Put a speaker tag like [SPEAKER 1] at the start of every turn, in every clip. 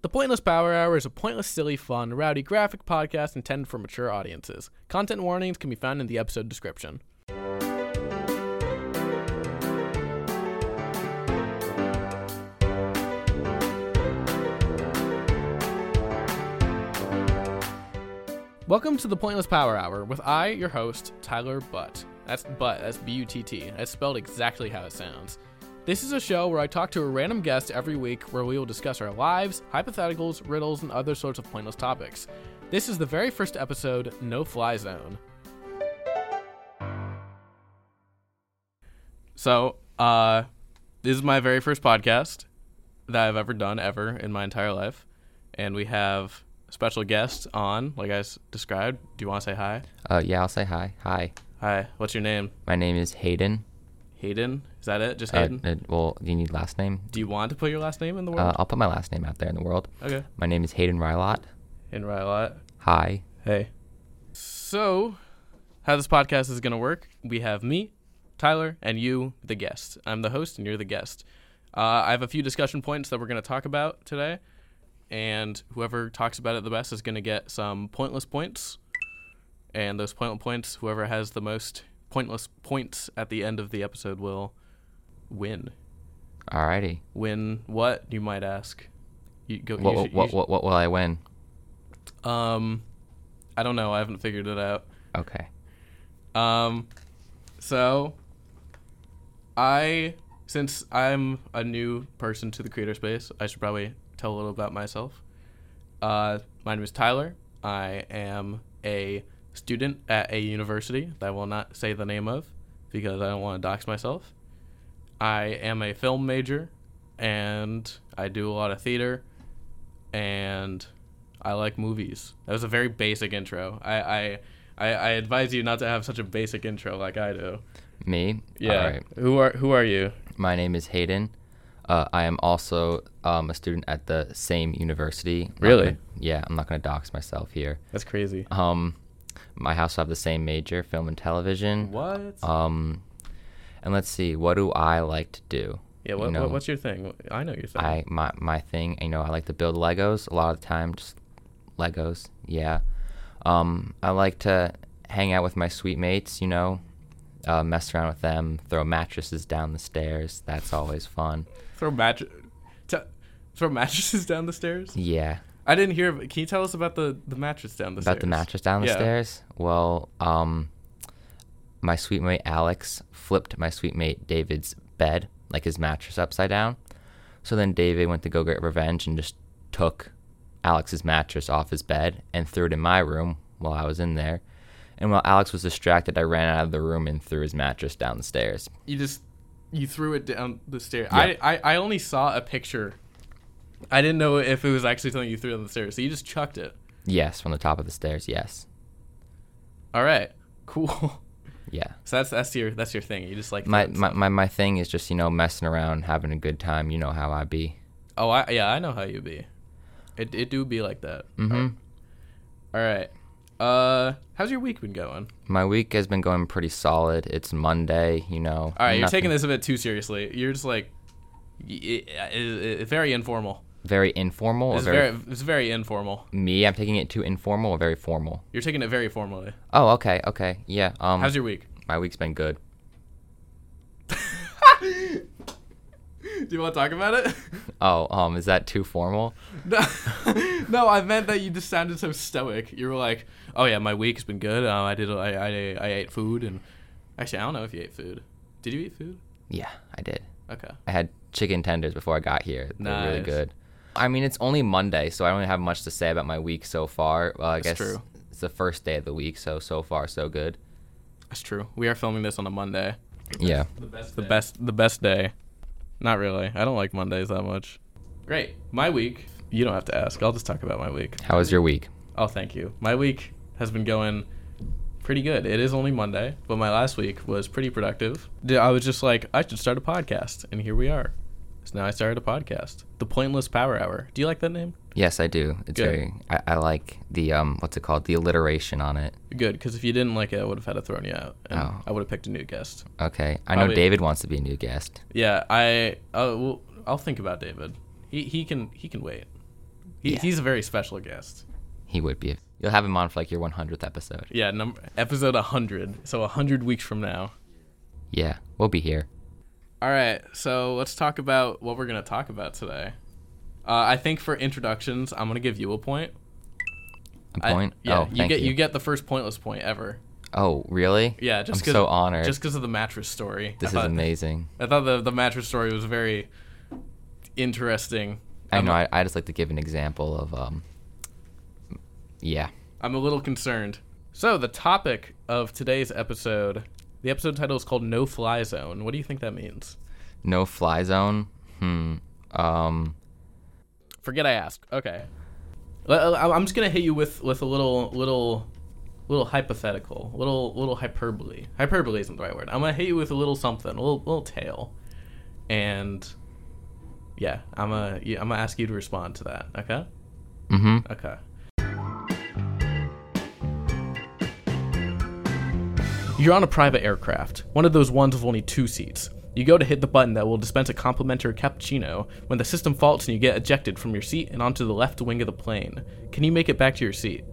[SPEAKER 1] The Pointless Power Hour is a pointless, silly, fun, rowdy graphic podcast intended for mature audiences. Content warnings can be found in the episode description. Welcome to the Pointless Power Hour with I, your host, Tyler Butt. That's Butt, that's B U T T. That's spelled exactly how it sounds. This is a show where I talk to a random guest every week where we will discuss our lives, hypotheticals, riddles, and other sorts of pointless topics. This is the very first episode, No Fly Zone. So, uh, this is my very first podcast that I've ever done ever in my entire life, and we have special guests on, like I s- described. Do you want to say hi?
[SPEAKER 2] Uh, yeah, I'll say hi. Hi,
[SPEAKER 1] Hi. What's your name?
[SPEAKER 2] my name is Hayden.
[SPEAKER 1] Hayden. Is that it? Just
[SPEAKER 2] Uh,
[SPEAKER 1] Hayden.
[SPEAKER 2] uh, well, do you need last name?
[SPEAKER 1] Do you want to put your last name in the
[SPEAKER 2] Uh,
[SPEAKER 1] world?
[SPEAKER 2] I'll put my last name out there in the world.
[SPEAKER 1] okay.
[SPEAKER 2] My name is Hayden Rylot.
[SPEAKER 1] In Rylot.
[SPEAKER 2] Hi.
[SPEAKER 1] Hey. So, how this podcast is going to work? We have me, Tyler, and you, the guest. I'm the host, and you're the guest. Uh, I have a few discussion points that we're going to talk about today, and whoever talks about it the best is going to get some pointless points. And those pointless points, whoever has the most pointless points at the end of the episode will win.
[SPEAKER 2] Alrighty.
[SPEAKER 1] Win what? You might ask. You go. you
[SPEAKER 2] What,
[SPEAKER 1] should- you
[SPEAKER 2] what, what, what, what will I win?
[SPEAKER 1] should- um, I don't know. I haven't figured it out.
[SPEAKER 2] Okay.
[SPEAKER 1] Um, so I, since I'm a new person to the creator space, I should probably tell a little about myself. Uh, my name is Tyler. I am a student at a university that I will not say the name of because I don't want to dox myself. I am a film major and I do a lot of theater and I like movies. That was a very basic intro. I, I, I, I advise you not to have such a basic intro like I do.
[SPEAKER 2] Me?
[SPEAKER 1] Yeah.
[SPEAKER 2] Alright.
[SPEAKER 1] Who are who are you?
[SPEAKER 2] My name is Hayden. Uh, I am also um, a student at the same university. Not
[SPEAKER 1] Really?
[SPEAKER 2] gonna- yeah, I'm not going to dox myself here.
[SPEAKER 1] That's crazy.
[SPEAKER 2] Um, my house will have the same major, film and television.
[SPEAKER 1] What?
[SPEAKER 2] Um, and let's see, what do I like to do?
[SPEAKER 1] yeah.
[SPEAKER 2] you
[SPEAKER 1] What,
[SPEAKER 2] know,
[SPEAKER 1] what what's your thing? I know your thing.
[SPEAKER 2] I my my thing, you know, I like to build Legos a lot of the time, just Legos. Yeah. Um, I like to hang out with my sweet mates, you know, uh, mess around with them, throw mattresses down the stairs. That's always fun.
[SPEAKER 1] throw match. T- throw mattresses down the stairs.
[SPEAKER 2] Yeah.
[SPEAKER 1] I didn't hear. of- Can you tell us about the the mattress down the
[SPEAKER 2] About
[SPEAKER 1] stairs?
[SPEAKER 2] the mattress down the
[SPEAKER 1] Yeah.
[SPEAKER 2] stairs. Well, um, my sweet mate Alex flipped my sweet mate David's bed, like his mattress, upside down. So then David went to go get revenge and just took Alex's mattress off his bed and threw it in my room while I was in there. And while Alex was distracted, I ran out of the room and threw his mattress down the stairs.
[SPEAKER 1] You just you threw it down the stairs.
[SPEAKER 2] Yeah.
[SPEAKER 1] I, I I only saw a picture. I didn't know if it was actually something you threw down the stairs. So you just chucked it.
[SPEAKER 2] Yes, from the top of the stairs. Yes.
[SPEAKER 1] All right. Cool.
[SPEAKER 2] Yeah.
[SPEAKER 1] So that's that's your that's your thing. You just like
[SPEAKER 2] My,
[SPEAKER 1] throwing
[SPEAKER 2] my,
[SPEAKER 1] stuff.
[SPEAKER 2] my, my thing is just, you know, messing around, having a good time. You know how I be.
[SPEAKER 1] Oh, I yeah, I know how you be. It it do be like that.
[SPEAKER 2] Mhm.
[SPEAKER 1] All right. Uh, how's your week been going?
[SPEAKER 2] My week has been going pretty solid. It's Monday, you know.
[SPEAKER 1] All right, you're
[SPEAKER 2] nothing-
[SPEAKER 1] taking this a bit too seriously. You're just like, y- i- i- i- very informal.
[SPEAKER 2] very informal. Or
[SPEAKER 1] It's
[SPEAKER 2] Oh, very,
[SPEAKER 1] very it's very informal.
[SPEAKER 2] me, I'm taking it too informal or very formal.
[SPEAKER 1] You're taking it very formally.
[SPEAKER 2] Oh, okay, okay, yeah. Um,
[SPEAKER 1] How's your week?
[SPEAKER 2] my week's been good.
[SPEAKER 1] Do you want to talk about it?
[SPEAKER 2] Oh, um, is that too formal?
[SPEAKER 1] No, no, I meant that you just sounded so stoic. You were like, "Oh yeah, my week has been good. Uh, I did. I, I I ate food, and actually, I don't know if you ate food. Did you eat food?
[SPEAKER 2] Yeah, I did.
[SPEAKER 1] Okay.
[SPEAKER 2] I had chicken tenders before I got here. They're really
[SPEAKER 1] Nice.
[SPEAKER 2] good. I mean, it's only Monday, so I don't have much to say about my week so far. Well, I
[SPEAKER 1] That's
[SPEAKER 2] guess
[SPEAKER 1] true.
[SPEAKER 2] it's the first day of the week, so so far so good.
[SPEAKER 1] That's true. We are filming this on a Monday.
[SPEAKER 2] Yeah.
[SPEAKER 1] The best. The best. The best day. Not really. I don't like Mondays that much. Great. My week. You don't have to ask. I'll just talk about my week.
[SPEAKER 2] How was your week?
[SPEAKER 1] Oh, thank you. My week has been going pretty good. It is only Monday, but my last week was pretty productive. D- I was just like, I should start a podcast, and here we are. So now I started a podcast, The Pointless Power Hour. Do you like that name?
[SPEAKER 2] Yes, I do. It's
[SPEAKER 1] Good.
[SPEAKER 2] very. I, I like the um. What's it called? The alliteration on it.
[SPEAKER 1] Good, because if you didn't like it, I would have had to thrown you out, and
[SPEAKER 2] Oh.
[SPEAKER 1] I would have picked a new guest.
[SPEAKER 2] Okay. I
[SPEAKER 1] Probably-
[SPEAKER 2] know David wants to be a new guest.
[SPEAKER 1] Yeah, I. Uh, well, I'll think about David. He he can he can wait. He,
[SPEAKER 2] Yeah.
[SPEAKER 1] He's a very special guest.
[SPEAKER 2] He would be. You'll have him on for like your 100th episode.
[SPEAKER 1] Yeah, number episode 100. So 100 weeks from now.
[SPEAKER 2] Yeah, we'll be here.
[SPEAKER 1] All right, so let's talk about what we're gonna talk about today. Uh, I think for introductions, I'm gonna give you a point.
[SPEAKER 2] A
[SPEAKER 1] I-
[SPEAKER 2] point?
[SPEAKER 1] yeah,
[SPEAKER 2] oh,
[SPEAKER 1] you
[SPEAKER 2] thank
[SPEAKER 1] get you. get the first pointless point ever.
[SPEAKER 2] Oh, really?
[SPEAKER 1] Yeah, just
[SPEAKER 2] I'm
[SPEAKER 1] 'cause-
[SPEAKER 2] so honored.
[SPEAKER 1] Just because of the mattress story. I
[SPEAKER 2] this is
[SPEAKER 1] thought,
[SPEAKER 2] amazing.
[SPEAKER 1] I thought the the mattress story was very interesting.
[SPEAKER 2] I
[SPEAKER 1] I'm-
[SPEAKER 2] know. I, I just like to give an example of um. Yeah.
[SPEAKER 1] I'm a little concerned. So the topic of today's episode, the episode title is called "No Fly Zone." What do you think that means?
[SPEAKER 2] No fly zone. Hmm. Um.
[SPEAKER 1] Forget I asked. Okay. Well, I- I'm just gonna hit you with with a little little little hypothetical, little little hyperbole. Hyperbole isn't the right word. I'm gonna hit you with a little something, a little little tale, and yeah, I'm gonna yeah, I'm gonna ask you to respond to that. Okay.
[SPEAKER 2] Mm-hmm.
[SPEAKER 1] Okay. You're on a private aircraft, one of those ones with only two seats. You go to hit the button that will dispense a complimentary cappuccino when the system faults and you get ejected from your seat and onto the left wing of the plane. Can you make it back to your seat?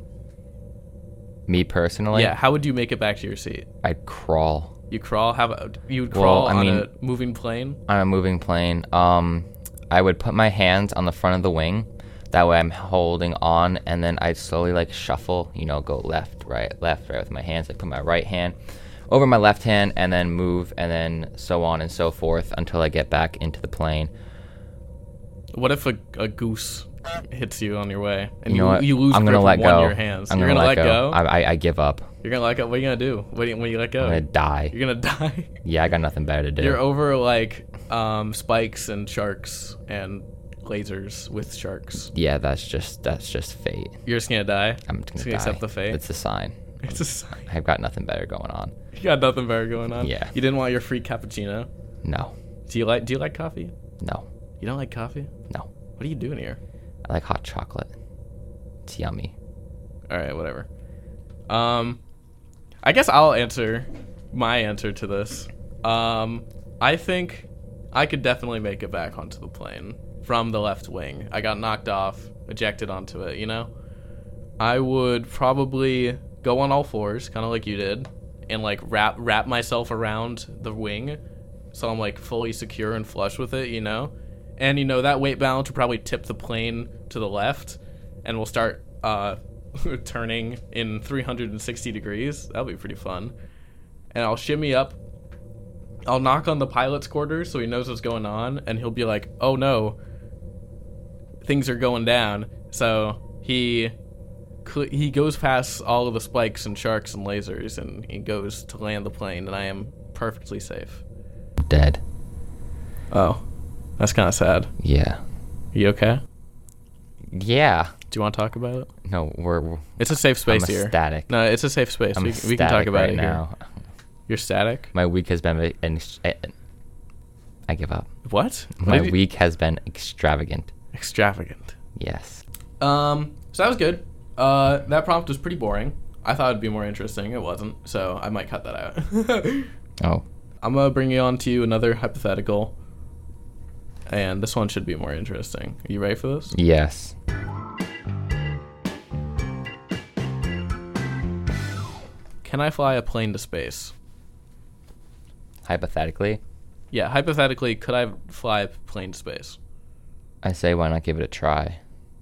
[SPEAKER 2] Me personally.
[SPEAKER 1] yeah, how would you make it back to your seat?
[SPEAKER 2] I'd crawl
[SPEAKER 1] You crawl? How about you would
[SPEAKER 2] Well,
[SPEAKER 1] crawl
[SPEAKER 2] I
[SPEAKER 1] on
[SPEAKER 2] mean-
[SPEAKER 1] a moving plane?
[SPEAKER 2] on a moving plane. Um. I would put my hands on the front of the wing. That way I'm holding on, and then I'd slowly like shuffle. You know, go left, right, left, right with my hands. I put my right hand over my left hand, and then move, and then so on and so forth until I get back into the plane.
[SPEAKER 1] What if a, a goose hits you on your way and
[SPEAKER 2] You know
[SPEAKER 1] you,
[SPEAKER 2] what?
[SPEAKER 1] you lose
[SPEAKER 2] I'm
[SPEAKER 1] grip
[SPEAKER 2] gonna
[SPEAKER 1] of
[SPEAKER 2] let
[SPEAKER 1] one
[SPEAKER 2] go.
[SPEAKER 1] of your hands?
[SPEAKER 2] I'm
[SPEAKER 1] You're
[SPEAKER 2] gonna, let, go.
[SPEAKER 1] go.
[SPEAKER 2] I, I, I give up.
[SPEAKER 1] You're gonna let go. What are you gonna do? What do you, when you let go?
[SPEAKER 2] I'm gonna die.
[SPEAKER 1] You're gonna die.
[SPEAKER 2] Yeah, I got nothing better to do.
[SPEAKER 1] Oh. You're over like um, spikes and sharks and lasers with sharks.
[SPEAKER 2] yeah, that's just that's just fate.
[SPEAKER 1] You're just gonna die.
[SPEAKER 2] I'm just gonna
[SPEAKER 1] Just gonna
[SPEAKER 2] die.
[SPEAKER 1] accept the fate.
[SPEAKER 2] It's a sign.
[SPEAKER 1] It's a sign.
[SPEAKER 2] I've got nothing better going on.
[SPEAKER 1] You got nothing better going on.
[SPEAKER 2] Yeah.
[SPEAKER 1] You didn't want your free cappuccino.
[SPEAKER 2] No,
[SPEAKER 1] Do you like Do you like coffee?
[SPEAKER 2] no,
[SPEAKER 1] You don't like coffee?
[SPEAKER 2] no.
[SPEAKER 1] What are you doing here?
[SPEAKER 2] I like hot chocolate. It's yummy.
[SPEAKER 1] All right, whatever. Um, I guess I'll answer my answer to this. Um, I think I could definitely make it back onto the plane from the left wing. I got knocked off, ejected onto it. You know, I would probably go on all fours, kind of like you did, and like wrap wrap myself around the wing, so I'm like fully secure and flush with it. You know, and you know that weight balance will probably tip the plane to the left, and we'll start uh, turning in 360 degrees. That'll be pretty fun. And I'll shimmy up. I'll knock on the pilot's quarters so he knows what's going on, and he'll be like, "Oh no, things are going down." So he cl- he goes past all of the spikes and sharks and lasers, and he goes to land the plane, and I am perfectly safe.
[SPEAKER 2] Dead.
[SPEAKER 1] Oh, that's kind of sad.
[SPEAKER 2] Yeah.
[SPEAKER 1] you okay?
[SPEAKER 2] Yeah.
[SPEAKER 1] Do you want to talk about it?
[SPEAKER 2] No, we're, we're
[SPEAKER 1] It's a safe space
[SPEAKER 2] I'm
[SPEAKER 1] here.
[SPEAKER 2] ecstatic.
[SPEAKER 1] No, it's a safe space.
[SPEAKER 2] I'm
[SPEAKER 1] We,
[SPEAKER 2] ecstatic
[SPEAKER 1] we can talk about
[SPEAKER 2] right
[SPEAKER 1] it here.
[SPEAKER 2] now.
[SPEAKER 1] You're static.
[SPEAKER 2] My week has been e-, ex- eh, I give up.
[SPEAKER 1] What? What
[SPEAKER 2] My
[SPEAKER 1] did you-
[SPEAKER 2] week has been extravagant.
[SPEAKER 1] Extravagant.
[SPEAKER 2] Yes.
[SPEAKER 1] Um. So that was good. Uh, that prompt was pretty boring. I thought it'd be more interesting. It wasn't. So I might cut that out.
[SPEAKER 2] Oh.
[SPEAKER 1] I'm gonna bring you on to you another hypothetical. And this one should be more interesting. Are you ready for this?
[SPEAKER 2] Yes.
[SPEAKER 1] Can I fly a plane to space?
[SPEAKER 2] Hypothetically,
[SPEAKER 1] Yeah, hypothetically, could I fly a plane to space?
[SPEAKER 2] I say why not give it a try.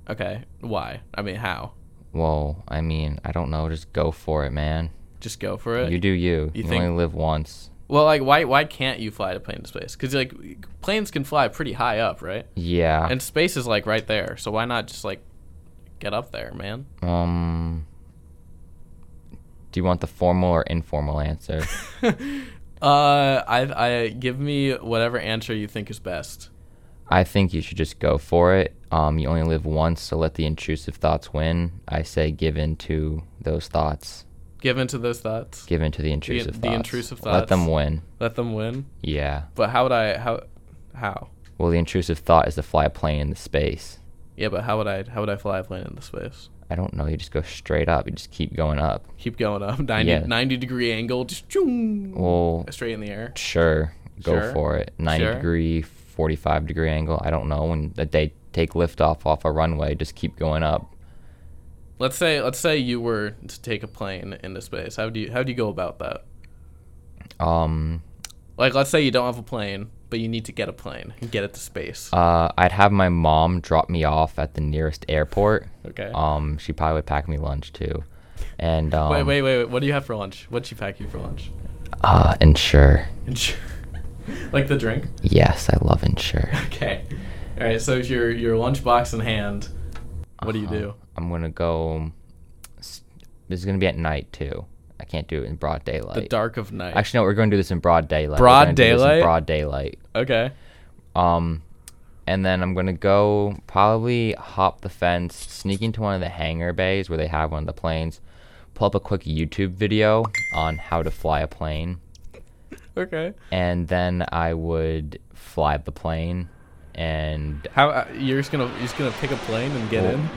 [SPEAKER 1] Okay, why? I mean, how?
[SPEAKER 2] Whoa, I mean, I don't know, just go for it, man.
[SPEAKER 1] Just go for it.
[SPEAKER 2] You do you.
[SPEAKER 1] You
[SPEAKER 2] You,
[SPEAKER 1] think-
[SPEAKER 2] only live once.
[SPEAKER 1] well, like, why? Why can't you fly a plane to space? Because like, planes can fly pretty high up, right?
[SPEAKER 2] Yeah.
[SPEAKER 1] And space is like right there, so why not just like get up there, man?
[SPEAKER 2] um Do you want the formal or informal answer?
[SPEAKER 1] Uh, I I give me whatever answer you think is best.
[SPEAKER 2] I think you should just go for it. Um you only live once, so let the intrusive thoughts win. I say give in to those thoughts.
[SPEAKER 1] Give into those thoughts.
[SPEAKER 2] Give in to the intrusive
[SPEAKER 1] the
[SPEAKER 2] thoughts.
[SPEAKER 1] intrusive
[SPEAKER 2] Let them
[SPEAKER 1] thoughts.
[SPEAKER 2] win.
[SPEAKER 1] Let them win.
[SPEAKER 2] Yeah.
[SPEAKER 1] But how would I how how?
[SPEAKER 2] Well, the intrusive thought is to fly a plane into space.
[SPEAKER 1] Yeah, but how would I how would I fly a plane into space?
[SPEAKER 2] I don't know. You just go straight up. You just keep going up.
[SPEAKER 1] Keep going up 90,
[SPEAKER 2] Yeah.
[SPEAKER 1] 90 degree angle, just choong,
[SPEAKER 2] Well,
[SPEAKER 1] straight in the air.
[SPEAKER 2] sure. Go
[SPEAKER 1] Sure.
[SPEAKER 2] for it. 90
[SPEAKER 1] Sure.
[SPEAKER 2] degree, 45 degree angle. I don't know. When they take liftoff off a runway, just keep going up.
[SPEAKER 1] Let's say let's say you were to take a plane into space. How do you how do you go about that?
[SPEAKER 2] Um,
[SPEAKER 1] Like let's say you don't have a plane, but you need to get a plane and get it to space.
[SPEAKER 2] uh, I'd have my mom drop me off at the nearest airport.
[SPEAKER 1] Okay.
[SPEAKER 2] Um, she probably would pack me lunch too, and um,
[SPEAKER 1] wait, wait, wait, wait. What do you have for lunch? What'd she pack you for lunch?
[SPEAKER 2] Uh, insure.
[SPEAKER 1] Insure. like the drink?
[SPEAKER 2] Yes, I love insure.
[SPEAKER 1] Okay. All right, so your your lunchbox in hand. What do you
[SPEAKER 2] Uh-huh.
[SPEAKER 1] do?
[SPEAKER 2] I'm gonna go. um, s- This is gonna be at night too. I can't do it in broad daylight.
[SPEAKER 1] The dark of night.
[SPEAKER 2] Actually, no. We're gonna do this in broad daylight. We're
[SPEAKER 1] Broad
[SPEAKER 2] gonna do this in
[SPEAKER 1] daylight?
[SPEAKER 2] broad daylight.
[SPEAKER 1] okay.
[SPEAKER 2] Um, and then I'm gonna go probably hop the fence, sneak into one of the hangar bays where they have one of the planes, pull up a quick YouTube video on how to fly a plane,
[SPEAKER 1] Okay.
[SPEAKER 2] and then I would fly the plane, and
[SPEAKER 1] How uh, you're just gonna you're just gonna pick a plane and get
[SPEAKER 2] Well-
[SPEAKER 1] in?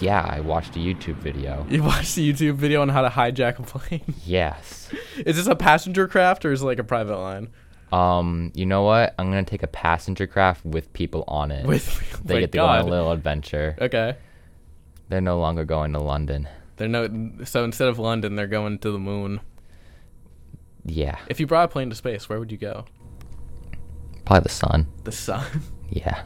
[SPEAKER 2] yeah, I watched a YouTube video.
[SPEAKER 1] You watched the YouTube video on how to hijack a plane.
[SPEAKER 2] Yes.
[SPEAKER 1] is this a passenger craft or is it like a private line?
[SPEAKER 2] Um, you know what? I'm gonna take a passenger craft with people on it.
[SPEAKER 1] With
[SPEAKER 2] they
[SPEAKER 1] my
[SPEAKER 2] get to go
[SPEAKER 1] God. Uh,
[SPEAKER 2] on a little adventure.
[SPEAKER 1] Okay.
[SPEAKER 2] They're no longer going to London.
[SPEAKER 1] They're no so instead of London, they're going to the moon.
[SPEAKER 2] Yeah,
[SPEAKER 1] If you brought a plane to space, where would you go?
[SPEAKER 2] probably the sun.
[SPEAKER 1] The sun.
[SPEAKER 2] Yeah,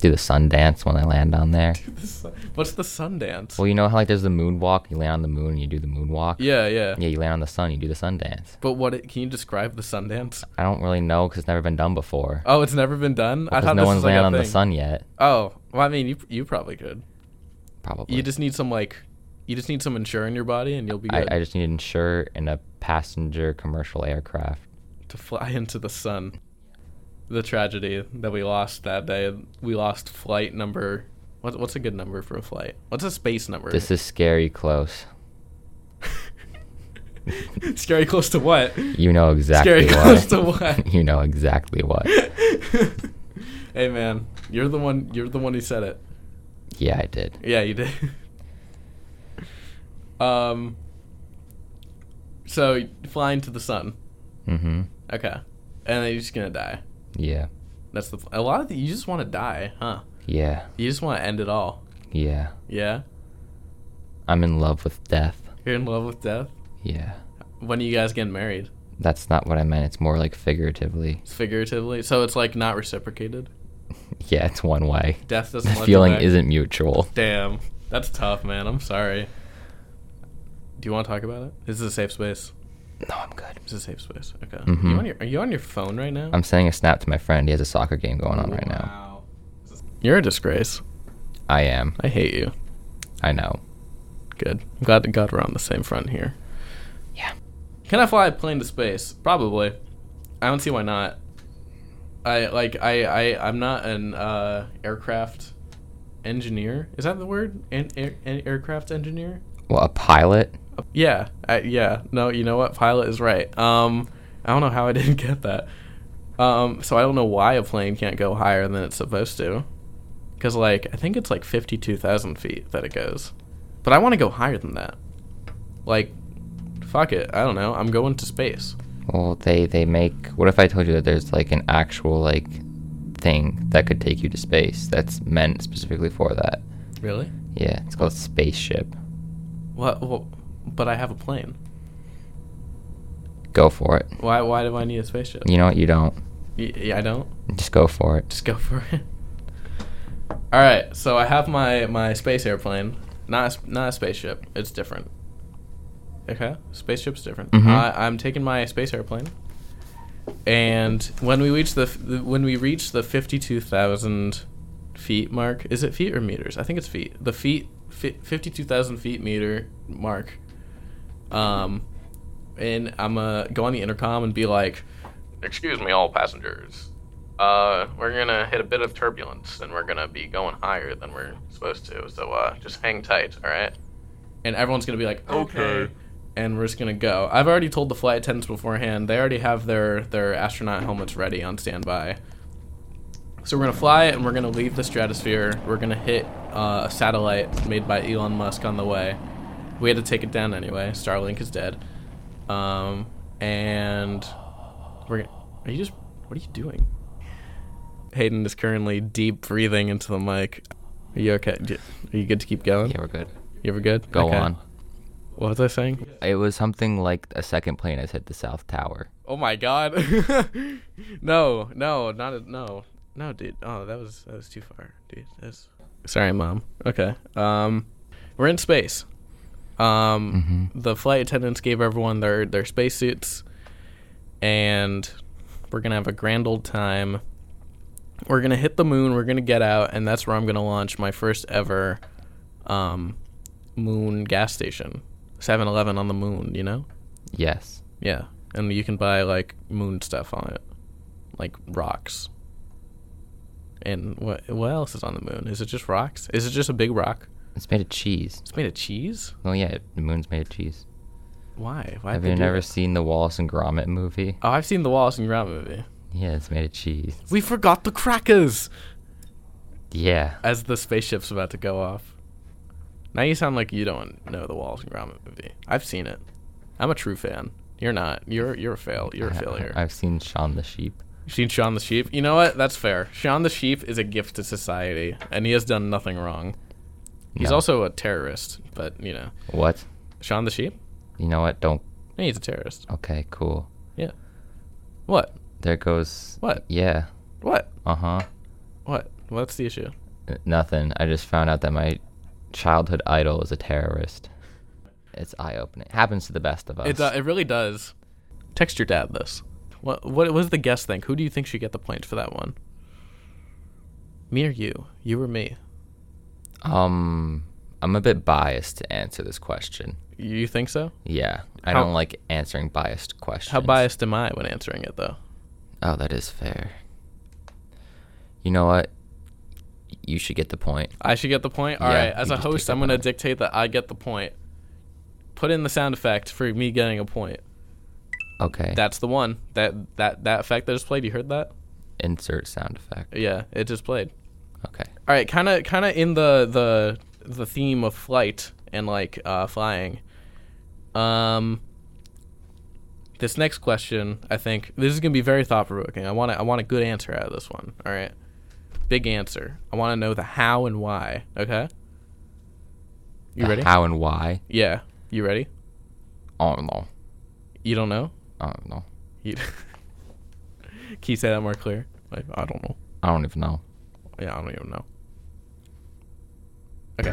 [SPEAKER 2] do the sun dance when I land on there.
[SPEAKER 1] The sun- What's the Sundance?
[SPEAKER 2] Well, you know how like there's the moonwalk. You land on the moon, you do the moonwalk.
[SPEAKER 1] yeah, yeah,
[SPEAKER 2] Yeah, you land on the sun, you do the sun dance.
[SPEAKER 1] But what? It, can you describe the Sundance?
[SPEAKER 2] I don't really know because it's never been done before.
[SPEAKER 1] Oh, it's never been done. I
[SPEAKER 2] Because
[SPEAKER 1] thought
[SPEAKER 2] no
[SPEAKER 1] this
[SPEAKER 2] one's
[SPEAKER 1] was like
[SPEAKER 2] landed
[SPEAKER 1] a
[SPEAKER 2] on the
[SPEAKER 1] thing.
[SPEAKER 2] sun yet.
[SPEAKER 1] Oh, well, I mean, you you probably could.
[SPEAKER 2] Probably.
[SPEAKER 1] You just need some like, you just need some insure in your body, and you'll be
[SPEAKER 2] I,
[SPEAKER 1] good
[SPEAKER 2] I just need an insure and a passenger commercial aircraft.
[SPEAKER 1] to fly into the sun. The tragedy that we lost that day. We lost flight number. What, what's a good number for a flight? What's a space number?
[SPEAKER 2] This is scary close.
[SPEAKER 1] scary close to what?
[SPEAKER 2] You know exactly
[SPEAKER 1] Scary
[SPEAKER 2] what.
[SPEAKER 1] close to what?
[SPEAKER 2] you know exactly what.
[SPEAKER 1] hey man, you're the one. You're the one who said it.
[SPEAKER 2] Yeah, I did.
[SPEAKER 1] Yeah, you did. um. So flying to the sun.
[SPEAKER 2] Mm-hmm.
[SPEAKER 1] Okay, and then you're just gonna die.
[SPEAKER 2] Yeah.
[SPEAKER 1] That's the a lot of the, you just want to die, huh?
[SPEAKER 2] Yeah.
[SPEAKER 1] You just want to end it all.
[SPEAKER 2] Yeah.
[SPEAKER 1] Yeah,
[SPEAKER 2] I'm in love with death.
[SPEAKER 1] you're in love with death.
[SPEAKER 2] Yeah.
[SPEAKER 1] When are you guys getting married?
[SPEAKER 2] That's not what I meant. It's more like figuratively.
[SPEAKER 1] It's figuratively, so it's like not reciprocated.
[SPEAKER 2] Yeah, it's one way.
[SPEAKER 1] Death doesn't.
[SPEAKER 2] The
[SPEAKER 1] let you
[SPEAKER 2] feeling
[SPEAKER 1] back.
[SPEAKER 2] isn't mutual.
[SPEAKER 1] Damn, that's tough, man. I'm sorry. Do you want to talk about it? This is a safe space.
[SPEAKER 2] No, I'm good.
[SPEAKER 1] This is a safe space. Okay.
[SPEAKER 2] Mhm.
[SPEAKER 1] You on your, are you on your phone right now?
[SPEAKER 2] I'm sending a snap to my friend. He has a soccer game going on right now.
[SPEAKER 1] Wow. You're a disgrace.
[SPEAKER 2] I am.
[SPEAKER 1] I hate you.
[SPEAKER 2] I know.
[SPEAKER 1] Good. I'm glad, glad we're on the same front here.
[SPEAKER 2] Yeah.
[SPEAKER 1] Can I fly a plane to space? Probably. I don't see why not. I like I I I'm not an uh, aircraft engineer. Is that the word? An, air, an aircraft engineer?
[SPEAKER 2] Well, a pilot.
[SPEAKER 1] Yeah. I, yeah. No. You know what? Pilot is right. Um, I don't know how I didn't get that. Um, so I don't know why a plane can't go higher than it's supposed to. Cause like I think it's like fifty-two thousand feet that it goes, but I want to go higher than that. Like, fuck it. I don't know. I'm going to space.
[SPEAKER 2] Well, they they make. What if I told you that there's like an actual like thing that could take you to space that's meant specifically for that?
[SPEAKER 1] Really?
[SPEAKER 2] Yeah, it's called spaceship.
[SPEAKER 1] What? Well, but I have a plane.
[SPEAKER 2] Go for it.
[SPEAKER 1] Why? Why do I need a spaceship?
[SPEAKER 2] You know what? You don't.
[SPEAKER 1] Y- yeah, I don't.
[SPEAKER 2] Just go for it.
[SPEAKER 1] Just go for it. All right, so I have my my space airplane, not a, s- not a spaceship. It's different. Okay, spaceship's different.
[SPEAKER 2] Mhm.
[SPEAKER 1] I, I'm taking my space airplane, and when we reach the, f- the when we reach the fifty-two thousand feet mark, is it feet or meters? I think it's feet. The feet fi- fifty-two thousand feet meter mark. Um, and I'm gonna go on the intercom and be like, "Excuse me, all passengers. Uh, we're gonna hit a bit of turbulence, and we're gonna be going higher than we're supposed to. So uh, just hang tight, all right?" And everyone's gonna be like, "Okay." And we're just gonna go. I've already told the flight attendants beforehand. They already have their their astronaut helmets ready on standby. So we're gonna fly it, and we're gonna leave the stratosphere. We're gonna hit uh, a satellite made by Elon Musk on the way. We had to take it down anyway. Starlink is dead. Um, and we're gonna, are you just what are you doing? Hayden is currently deep breathing into the mic. Are you okay? Do- Are you good to keep going?
[SPEAKER 2] Yeah, we're good.
[SPEAKER 1] You ever good?
[SPEAKER 2] Go
[SPEAKER 1] Okay.
[SPEAKER 2] on.
[SPEAKER 1] What was I saying?
[SPEAKER 2] It was something like a second plane has hit the South Tower.
[SPEAKER 1] Oh my god. no, no, not a, no. No, dude. Oh, that was that was too far, dude. That's Sorry, mom. Okay. Um we're in space.
[SPEAKER 2] Mm-hmm.
[SPEAKER 1] Um the flight attendants gave everyone their their spacesuits and we're going to have a grand old time. We're going to hit the moon, we're going to get out, and that's where I'm going to launch my first ever um moon gas station. 7-Eleven on the moon, you know?
[SPEAKER 2] Yes.
[SPEAKER 1] Yeah, and you can buy like moon stuff on it, like rocks. And what what else is on the moon? Is it just rocks? Is it just a big rock?
[SPEAKER 2] It's made of cheese.
[SPEAKER 1] It's made of cheese.
[SPEAKER 2] Well, yeah, the moon's made of cheese.
[SPEAKER 1] Why? Why?
[SPEAKER 2] Have you never seen the Wallace and Gromit movie?
[SPEAKER 1] Oh, I've seen the Wallace and Gromit movie.
[SPEAKER 2] Yeah, it's made of cheese.
[SPEAKER 1] We forgot the crackers
[SPEAKER 2] Yeah.
[SPEAKER 1] as the spaceship's about to go off. Now you sound like you don't know the Wallace and Gromit movie. I've seen it. I'm a true fan. You're not. You're you're a fail. You're a
[SPEAKER 2] I-
[SPEAKER 1] failure.
[SPEAKER 2] I, have seen Shaun the Sheep.
[SPEAKER 1] You've seen Shaun the Sheep. You know what? That's fair. Shaun the Sheep is a gift to society, and he has done nothing wrong. He's
[SPEAKER 2] No.
[SPEAKER 1] also a terrorist, but you know,
[SPEAKER 2] What?
[SPEAKER 1] Shaun the Sheep.
[SPEAKER 2] You know what? Don't.
[SPEAKER 1] Yeah, he's a terrorist.
[SPEAKER 2] Okay, cool.
[SPEAKER 1] Yeah. What?
[SPEAKER 2] There goes.
[SPEAKER 1] What?
[SPEAKER 2] Yeah.
[SPEAKER 1] What?
[SPEAKER 2] Uh huh.
[SPEAKER 1] What? What's the issue?
[SPEAKER 2] Nothing. I just found out that my childhood idol is a terrorist. It's eye opening. Happens to the best of us.
[SPEAKER 1] It do- uh, it really does. Text your dad this. What what was the guest think? Who do you think should get the points for that one? Me or you? You or me?
[SPEAKER 2] um, I'm a bit biased to answer this question.
[SPEAKER 1] You think so?
[SPEAKER 2] Yeah, I
[SPEAKER 1] How-
[SPEAKER 2] don't like answering biased questions.
[SPEAKER 1] How biased am I when answering it though?
[SPEAKER 2] Oh, that is fair. You know what? You should get the point.
[SPEAKER 1] I should get the point. All right.
[SPEAKER 2] Yeah,
[SPEAKER 1] As
[SPEAKER 2] you
[SPEAKER 1] a
[SPEAKER 2] just
[SPEAKER 1] host,
[SPEAKER 2] take
[SPEAKER 1] I'm
[SPEAKER 2] the
[SPEAKER 1] going to
[SPEAKER 2] point.
[SPEAKER 1] dictate that I get the point. Put in the sound effect for me getting a point.
[SPEAKER 2] Okay.
[SPEAKER 1] That's the one. That that that effect that just played. You heard that?
[SPEAKER 2] Insert sound effect.
[SPEAKER 1] Yeah, it just played.
[SPEAKER 2] Okay.
[SPEAKER 1] All right. Kind of kind of in the the the theme of flight and like uh, flying. Um. This next question, I think this is going to be very thought provoking. I want to I want a good answer out of this one. All right. Big answer. I want to know the how and why. Okay. You
[SPEAKER 2] The
[SPEAKER 1] ready?
[SPEAKER 2] How and why?
[SPEAKER 1] Yeah. You ready?
[SPEAKER 2] I don't know.
[SPEAKER 1] You don't know?
[SPEAKER 2] I don't know.
[SPEAKER 1] You Can you say that more clear? Like, I don't know.
[SPEAKER 2] I don't even know.
[SPEAKER 1] Yeah, I don't even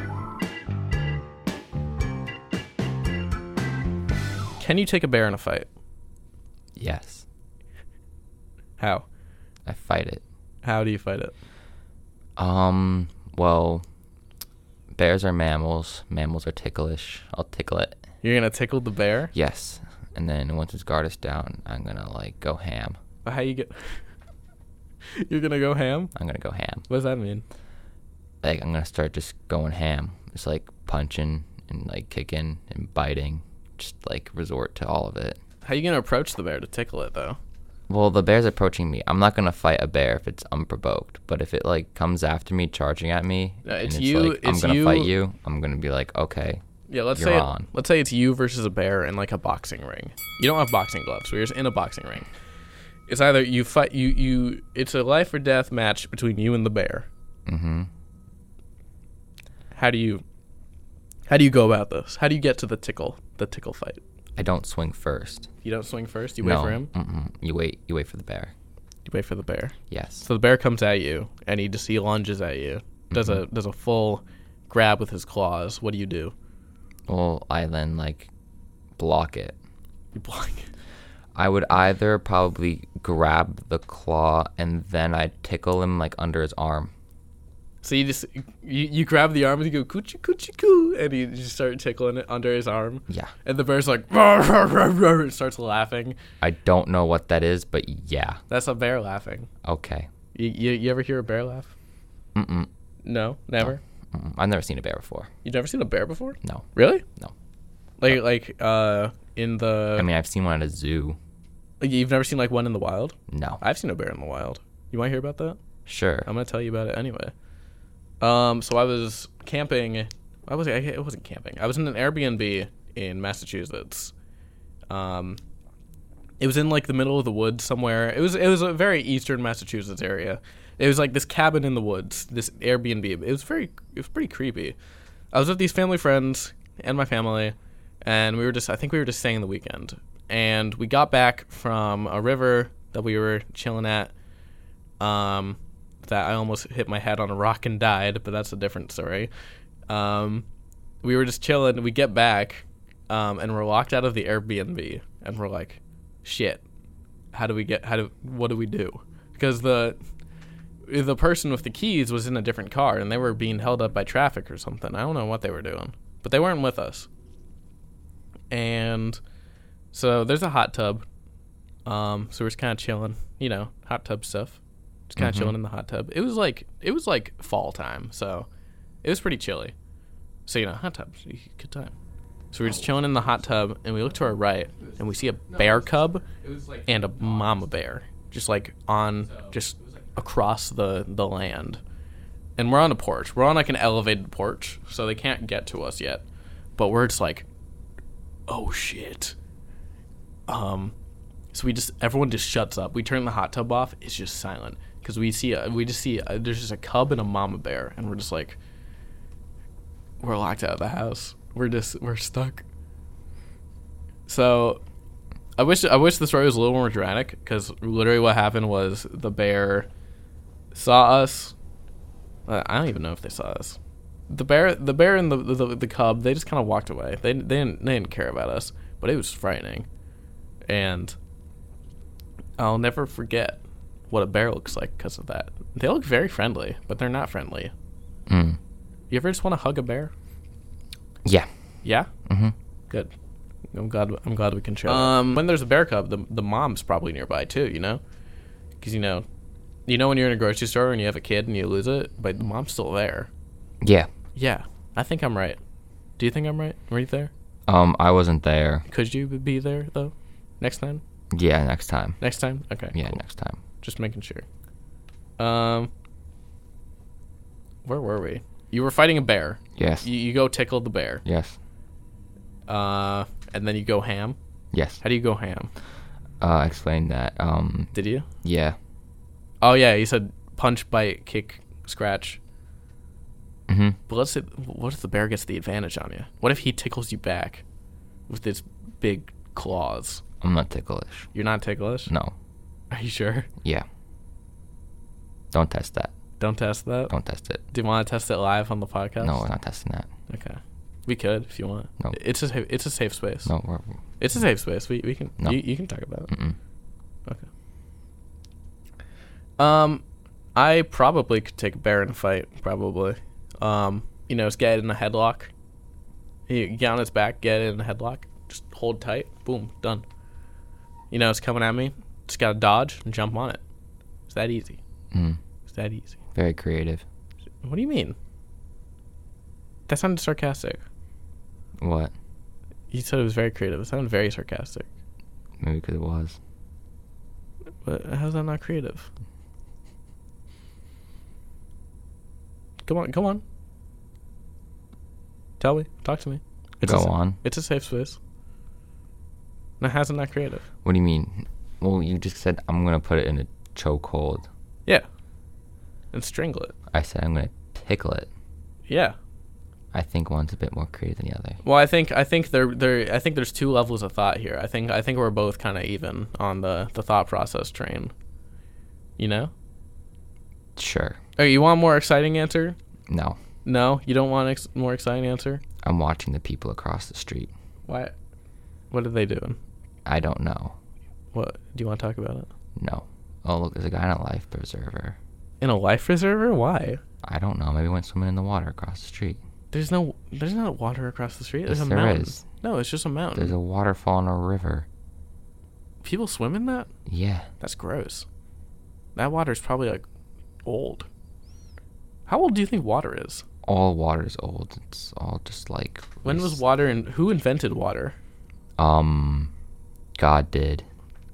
[SPEAKER 1] know. Okay. Can you take a bear in a fight?
[SPEAKER 2] Yes,
[SPEAKER 1] How?
[SPEAKER 2] I fight it.
[SPEAKER 1] How do you fight it?
[SPEAKER 2] Um. Well, bears are mammals. Mammals are ticklish. I'll tickle it.
[SPEAKER 1] You're gonna tickle the bear?
[SPEAKER 2] Yes. And then once its guard is down, I'm gonna like go ham.
[SPEAKER 1] But How you get? You're gonna go ham?
[SPEAKER 2] I'm gonna go ham.
[SPEAKER 1] What does that mean?
[SPEAKER 2] Like I'm gonna start just going ham. Just like punching and like kicking and biting. Just like resort to all of it.
[SPEAKER 1] How you gonna approach the bear to tickle it though?
[SPEAKER 2] Well, the bear's approaching me. I'm not gonna fight a bear if it's unprovoked. But if it like comes after me, charging at me,
[SPEAKER 1] Uh, it's
[SPEAKER 2] and
[SPEAKER 1] you-
[SPEAKER 2] like, I'm
[SPEAKER 1] it's
[SPEAKER 2] gonna fight
[SPEAKER 1] you-
[SPEAKER 2] you. I'm gonna be like, okay,
[SPEAKER 1] Yeah, let's
[SPEAKER 2] You're
[SPEAKER 1] say
[SPEAKER 2] on.
[SPEAKER 1] let's say it's you versus a bear in like a boxing ring. You don't have boxing gloves. We're just in a boxing ring. It's either you fight you you. It's a life or death match between you and the bear.
[SPEAKER 2] mm-hmm.
[SPEAKER 1] How do you how do you go about this? How do you get to the tickle the tickle fight?
[SPEAKER 2] I don't swing first.
[SPEAKER 1] You don't swing first. You wait
[SPEAKER 2] No.
[SPEAKER 1] for him.
[SPEAKER 2] Mm-mm. You wait. You wait for the bear.
[SPEAKER 1] You wait for the bear.
[SPEAKER 2] Yes.
[SPEAKER 1] So the bear comes at you and he just he lunges at you. Does
[SPEAKER 2] Mm-hmm.
[SPEAKER 1] a does a full grab with his claws. What do you do?
[SPEAKER 2] Well, I then like block it.
[SPEAKER 1] You block.
[SPEAKER 2] I would either probably grab the claw and then I'd tickle him like under his arm.
[SPEAKER 1] So you just you, you grab the arm and you go coochie coochie coo and you just start tickling it under his arm.
[SPEAKER 2] Yeah.
[SPEAKER 1] And the bear's like, "Roar, roar, roar, roar," and starts laughing.
[SPEAKER 2] I don't know what that is, but yeah.
[SPEAKER 1] That's a bear laughing.
[SPEAKER 2] Okay.
[SPEAKER 1] You, you, you ever hear a bear laugh?
[SPEAKER 2] Mm-mm.
[SPEAKER 1] No, never.
[SPEAKER 2] Mm-mm. I've never seen a bear before.
[SPEAKER 1] You've never seen a bear before?
[SPEAKER 2] No.
[SPEAKER 1] Really?
[SPEAKER 2] No.
[SPEAKER 1] Like like uh in the
[SPEAKER 2] I mean, I've seen one at a zoo.
[SPEAKER 1] like, you've never seen like one in the wild?
[SPEAKER 2] No.
[SPEAKER 1] I've seen a bear in the wild. You want to hear about that?
[SPEAKER 2] Sure.
[SPEAKER 1] I'm gonna tell you about it anyway. Um, so I was camping. I was I, it wasn't camping. I was in an Airbnb in Massachusetts. Um, it was in like the middle of the woods somewhere. It was it was a very eastern Massachusetts area, It was like this cabin in the woods, this Airbnb. It was very, it was pretty creepy. I was with these family friends and my family, and we were just, I think we were just staying the weekend. And we got back from a river that we were chilling at, um, that I almost hit my head on a rock and died, but that's a different story. Um, we were just chilling. We get back, um, and we're locked out of the Airbnb, and we're like, shit, how do we get, how do, what do we do? Because the, the person with the keys was in a different car and they were being held up by traffic or something. I don't know what they were doing, but they weren't with us. And so there's a hot tub. Um, so we're just kind of chilling, you know, hot tub stuff. Just kind of
[SPEAKER 2] Mhm.
[SPEAKER 1] chilling in the hot tub. It was like it was like fall time, so it was pretty chilly. So you know, hot tubs, good time. So we're just chilling in the hot tub, and we look to our right, and we see a bear cub and a mama bear, just like on, just across the the land. And we're on a porch. We're on like an elevated porch, so they can't get to us yet. But we're just like, oh shit. Um, so we just everyone just shuts up. We turn the hot tub off. It's just silent because we see a, we just see a, there's just a cub and a mama bear, and we're just like, we're locked out of the house. We're just we're stuck. So, I wish I wish the story was a little more dramatic because literally what happened was the bear saw us. Uh, I don't even know if they saw us. The bear, the bear, and the the, the cub, they just kind of walked away. They they didn't, they didn't care about us, but it was frightening, and I'll never forget what a bear looks like because of that. They look very friendly, but they're not friendly.
[SPEAKER 2] Mm.
[SPEAKER 1] You ever just want to hug a bear?
[SPEAKER 2] Yeah.
[SPEAKER 1] Yeah.
[SPEAKER 2] Mm-hmm.
[SPEAKER 1] Good. I'm glad. I'm glad we can share. Um, when there's a bear cub, the the mom's probably nearby too. You know, because you know, you know when you're in a grocery store and you have a kid and you lose it, but the mom's still there.
[SPEAKER 2] Yeah.
[SPEAKER 1] Yeah, I think I'm right. Do you think I'm right? Were you there?
[SPEAKER 2] Um, I wasn't there.
[SPEAKER 1] Could you be there though? Next time.
[SPEAKER 2] Yeah, next time.
[SPEAKER 1] Next time. Okay.
[SPEAKER 2] Yeah,
[SPEAKER 1] cool.
[SPEAKER 2] next time.
[SPEAKER 1] Just making sure. Um, where were we? You were fighting a bear.
[SPEAKER 2] Yes.
[SPEAKER 1] You, you go tickle the bear.
[SPEAKER 2] Yes.
[SPEAKER 1] Uh, and then you go ham.
[SPEAKER 2] Yes.
[SPEAKER 1] How do you go ham?
[SPEAKER 2] Uh, explain that. Um,
[SPEAKER 1] Did you?
[SPEAKER 2] yeah.
[SPEAKER 1] Oh yeah, you said punch, bite, kick, scratch.
[SPEAKER 2] Mm-hmm.
[SPEAKER 1] But let's say, what if the bear gets the advantage on you? What if he tickles you back with his big claws?
[SPEAKER 2] I'm not ticklish.
[SPEAKER 1] You're not ticklish.
[SPEAKER 2] No.
[SPEAKER 1] Are you sure?
[SPEAKER 2] Yeah. Don't test that.
[SPEAKER 1] Don't test that.
[SPEAKER 2] Don't test it.
[SPEAKER 1] Do you want to test it live on the Oh. podcast?
[SPEAKER 2] No, we're not testing that.
[SPEAKER 1] Okay. We could if you want.
[SPEAKER 2] No.
[SPEAKER 1] It's a sa- it's a safe space.
[SPEAKER 2] No, we're.
[SPEAKER 1] It's a safe space. We we can
[SPEAKER 2] No.
[SPEAKER 1] you, you can talk about it.
[SPEAKER 2] Mm-mm.
[SPEAKER 1] Okay. Um, I probably could take a bear in a fight. Probably. Um, you know, just get it in a headlock. You get on its back, get it in a headlock, just hold tight. Boom, done. You know, it's coming at me. Just gotta dodge and jump on it. It's that easy.
[SPEAKER 2] Mm.
[SPEAKER 1] It's that easy.
[SPEAKER 2] Very creative.
[SPEAKER 1] What do you mean? That sounded sarcastic.
[SPEAKER 2] What?
[SPEAKER 1] You said it was very creative. It sounded very sarcastic.
[SPEAKER 2] Maybe because it was.
[SPEAKER 1] But how's that not creative? Come on, come on. Tell me, talk to me. It's
[SPEAKER 2] Go
[SPEAKER 1] a, sa-
[SPEAKER 2] on.
[SPEAKER 1] It's a safe space. Now, how's it not creative?
[SPEAKER 2] What do you mean? Well, you just said I'm gonna put it in a chokehold.
[SPEAKER 1] Yeah. And strangle it.
[SPEAKER 2] I said I'm gonna tickle it.
[SPEAKER 1] Yeah.
[SPEAKER 2] I think one's a bit more creative than the other.
[SPEAKER 1] Well, I think I think there there I think there's two levels of thought here. I think I think we're both kind of even on the the thought process train. You know?
[SPEAKER 2] Sure.
[SPEAKER 1] Oh, you want a more exciting answer?
[SPEAKER 2] No.
[SPEAKER 1] No, you don't want ex- more exciting answer.
[SPEAKER 2] I'm watching the people across the street.
[SPEAKER 1] Why? What are they doing?
[SPEAKER 2] I don't know.
[SPEAKER 1] What do you want to talk about it?
[SPEAKER 2] No. Oh look, there's a guy in a life preserver.
[SPEAKER 1] In a life preserver? Why?
[SPEAKER 2] I don't know. Maybe he went swimming in the water across the street.
[SPEAKER 1] There's no there's not water across the street. There's
[SPEAKER 2] Yes,
[SPEAKER 1] a
[SPEAKER 2] there
[SPEAKER 1] mountain.
[SPEAKER 2] is.
[SPEAKER 1] No, it's just a mountain.
[SPEAKER 2] There's a waterfall and a river.
[SPEAKER 1] People swim in that?
[SPEAKER 2] Yeah.
[SPEAKER 1] That's gross. That water's probably like old. How old do you think water is?
[SPEAKER 2] All water's old. It's all just like
[SPEAKER 1] When was
[SPEAKER 2] water?
[SPEAKER 1] water and who invented water?
[SPEAKER 2] Um, God did.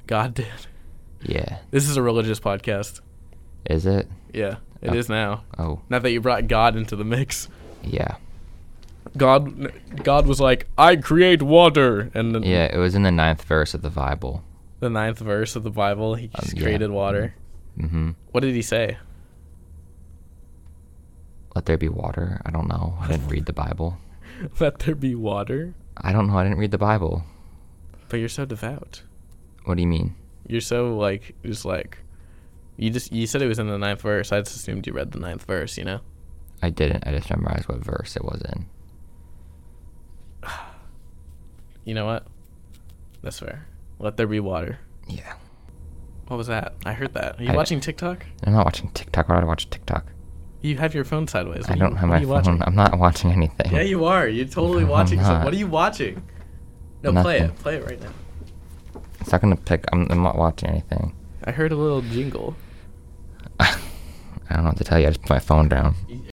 [SPEAKER 1] God did.
[SPEAKER 2] Yeah.
[SPEAKER 1] This is a religious podcast.
[SPEAKER 2] Is it?
[SPEAKER 1] Yeah, it is
[SPEAKER 2] Oh.
[SPEAKER 1] now.
[SPEAKER 2] Oh,
[SPEAKER 1] Now that you brought God into the mix.
[SPEAKER 2] yeah.
[SPEAKER 1] God God was like, "I create water." And then
[SPEAKER 2] Yeah, it was in the ninth verse of the Bible.
[SPEAKER 1] the ninth verse of the Bible, he
[SPEAKER 2] Um,
[SPEAKER 1] just
[SPEAKER 2] yeah.
[SPEAKER 1] created water.
[SPEAKER 2] Mm-hmm.
[SPEAKER 1] What did he say?
[SPEAKER 2] Let there be water. I don't know. I didn't read the Bible.
[SPEAKER 1] Let there be water.
[SPEAKER 2] I don't know. I didn't read the Bible.
[SPEAKER 1] But you're so devout.
[SPEAKER 2] What do you mean?
[SPEAKER 1] You're so like just like you just you said it was in the ninth verse. I just assumed you read the ninth verse. You know.
[SPEAKER 2] I didn't. I just memorized what verse it was in.
[SPEAKER 1] You know what? That's fair. Let there be water.
[SPEAKER 2] Yeah.
[SPEAKER 1] What was that? I heard that. Are you
[SPEAKER 2] I-
[SPEAKER 1] watching TikTok?
[SPEAKER 2] I'm not watching TikTok. Why would I watch TikTok?
[SPEAKER 1] You have your phone sideways. What
[SPEAKER 2] I
[SPEAKER 1] are
[SPEAKER 2] don't
[SPEAKER 1] you,
[SPEAKER 2] have
[SPEAKER 1] what
[SPEAKER 2] my
[SPEAKER 1] are
[SPEAKER 2] phone.
[SPEAKER 1] you watching?
[SPEAKER 2] I'm not watching anything.
[SPEAKER 1] Yeah, you are. You're totally
[SPEAKER 2] No, I'm
[SPEAKER 1] watching. So
[SPEAKER 2] not.
[SPEAKER 1] what are you watching? No, play
[SPEAKER 2] Nothing.
[SPEAKER 1] it. Play it right now.
[SPEAKER 2] It's not gonna pick. I'm, I'm not watching anything.
[SPEAKER 1] I heard a little jingle.
[SPEAKER 2] I don't know what to tell you. I just put my phone down.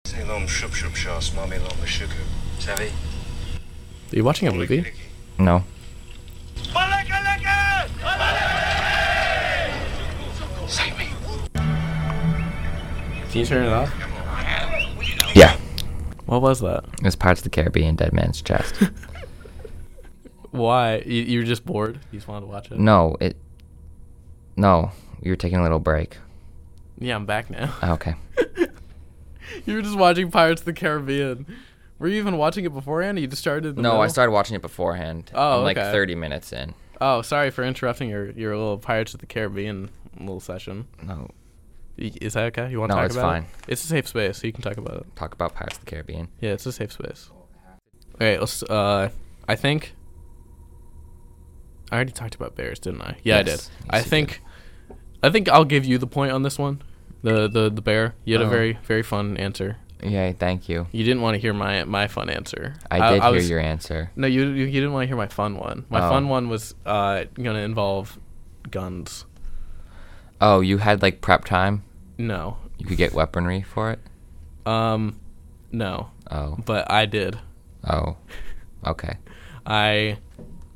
[SPEAKER 3] Salom shup shup shas mami lom shuku. Savvy?
[SPEAKER 1] Are you watching a movie?
[SPEAKER 2] No.
[SPEAKER 3] Save me.
[SPEAKER 1] Can you turn it off?
[SPEAKER 2] Yeah.
[SPEAKER 1] What was that?
[SPEAKER 2] It was Pirates of the Caribbean, Dead Man's Chest.
[SPEAKER 1] Why? You, you were just bored. You just wanted to watch it.
[SPEAKER 2] no, it. No, you were taking a little break. Ah,
[SPEAKER 1] Yeah, I'm back now.
[SPEAKER 2] Okay.
[SPEAKER 1] you were just watching Pirates of the Caribbean. Were you even watching it beforehand? Or you just started. in the
[SPEAKER 2] No, I
[SPEAKER 1] middle?
[SPEAKER 2] started watching it beforehand.
[SPEAKER 1] Oh,
[SPEAKER 2] I'm like
[SPEAKER 1] okay.
[SPEAKER 2] 30 minutes in.
[SPEAKER 1] Oh, sorry for interrupting your your little Pirates of the Caribbean little session.
[SPEAKER 2] No,
[SPEAKER 1] Y- Is that okay? You want to
[SPEAKER 2] No,
[SPEAKER 1] talk
[SPEAKER 2] it's
[SPEAKER 1] about
[SPEAKER 2] fine.
[SPEAKER 1] it? It's a safe space, so you can talk about it.
[SPEAKER 2] talk about Pirates of the Caribbean.
[SPEAKER 1] Yeah, it's a safe space. All right, let's. Uh, I think. I already talked about bears, didn't I? Yeah,
[SPEAKER 2] Yes, yes,
[SPEAKER 1] I did. I
[SPEAKER 2] you did.
[SPEAKER 1] think. I think I'll give you the point on this one. The the the bear. You had
[SPEAKER 2] Oh.
[SPEAKER 1] a very very fun answer.
[SPEAKER 2] Yay, thank you.
[SPEAKER 1] You didn't want to hear my my fun answer.
[SPEAKER 2] I, did hear
[SPEAKER 1] was-
[SPEAKER 2] your answer.
[SPEAKER 1] No, you you, you didn't want to hear my fun one. My
[SPEAKER 2] Oh.
[SPEAKER 1] fun one was uh gonna involve guns.
[SPEAKER 2] Oh, you had like prep time?
[SPEAKER 1] No.
[SPEAKER 2] You could get weaponry for it?
[SPEAKER 1] Um, no.
[SPEAKER 2] Oh.
[SPEAKER 1] But I did.
[SPEAKER 2] Oh. Okay.
[SPEAKER 1] I,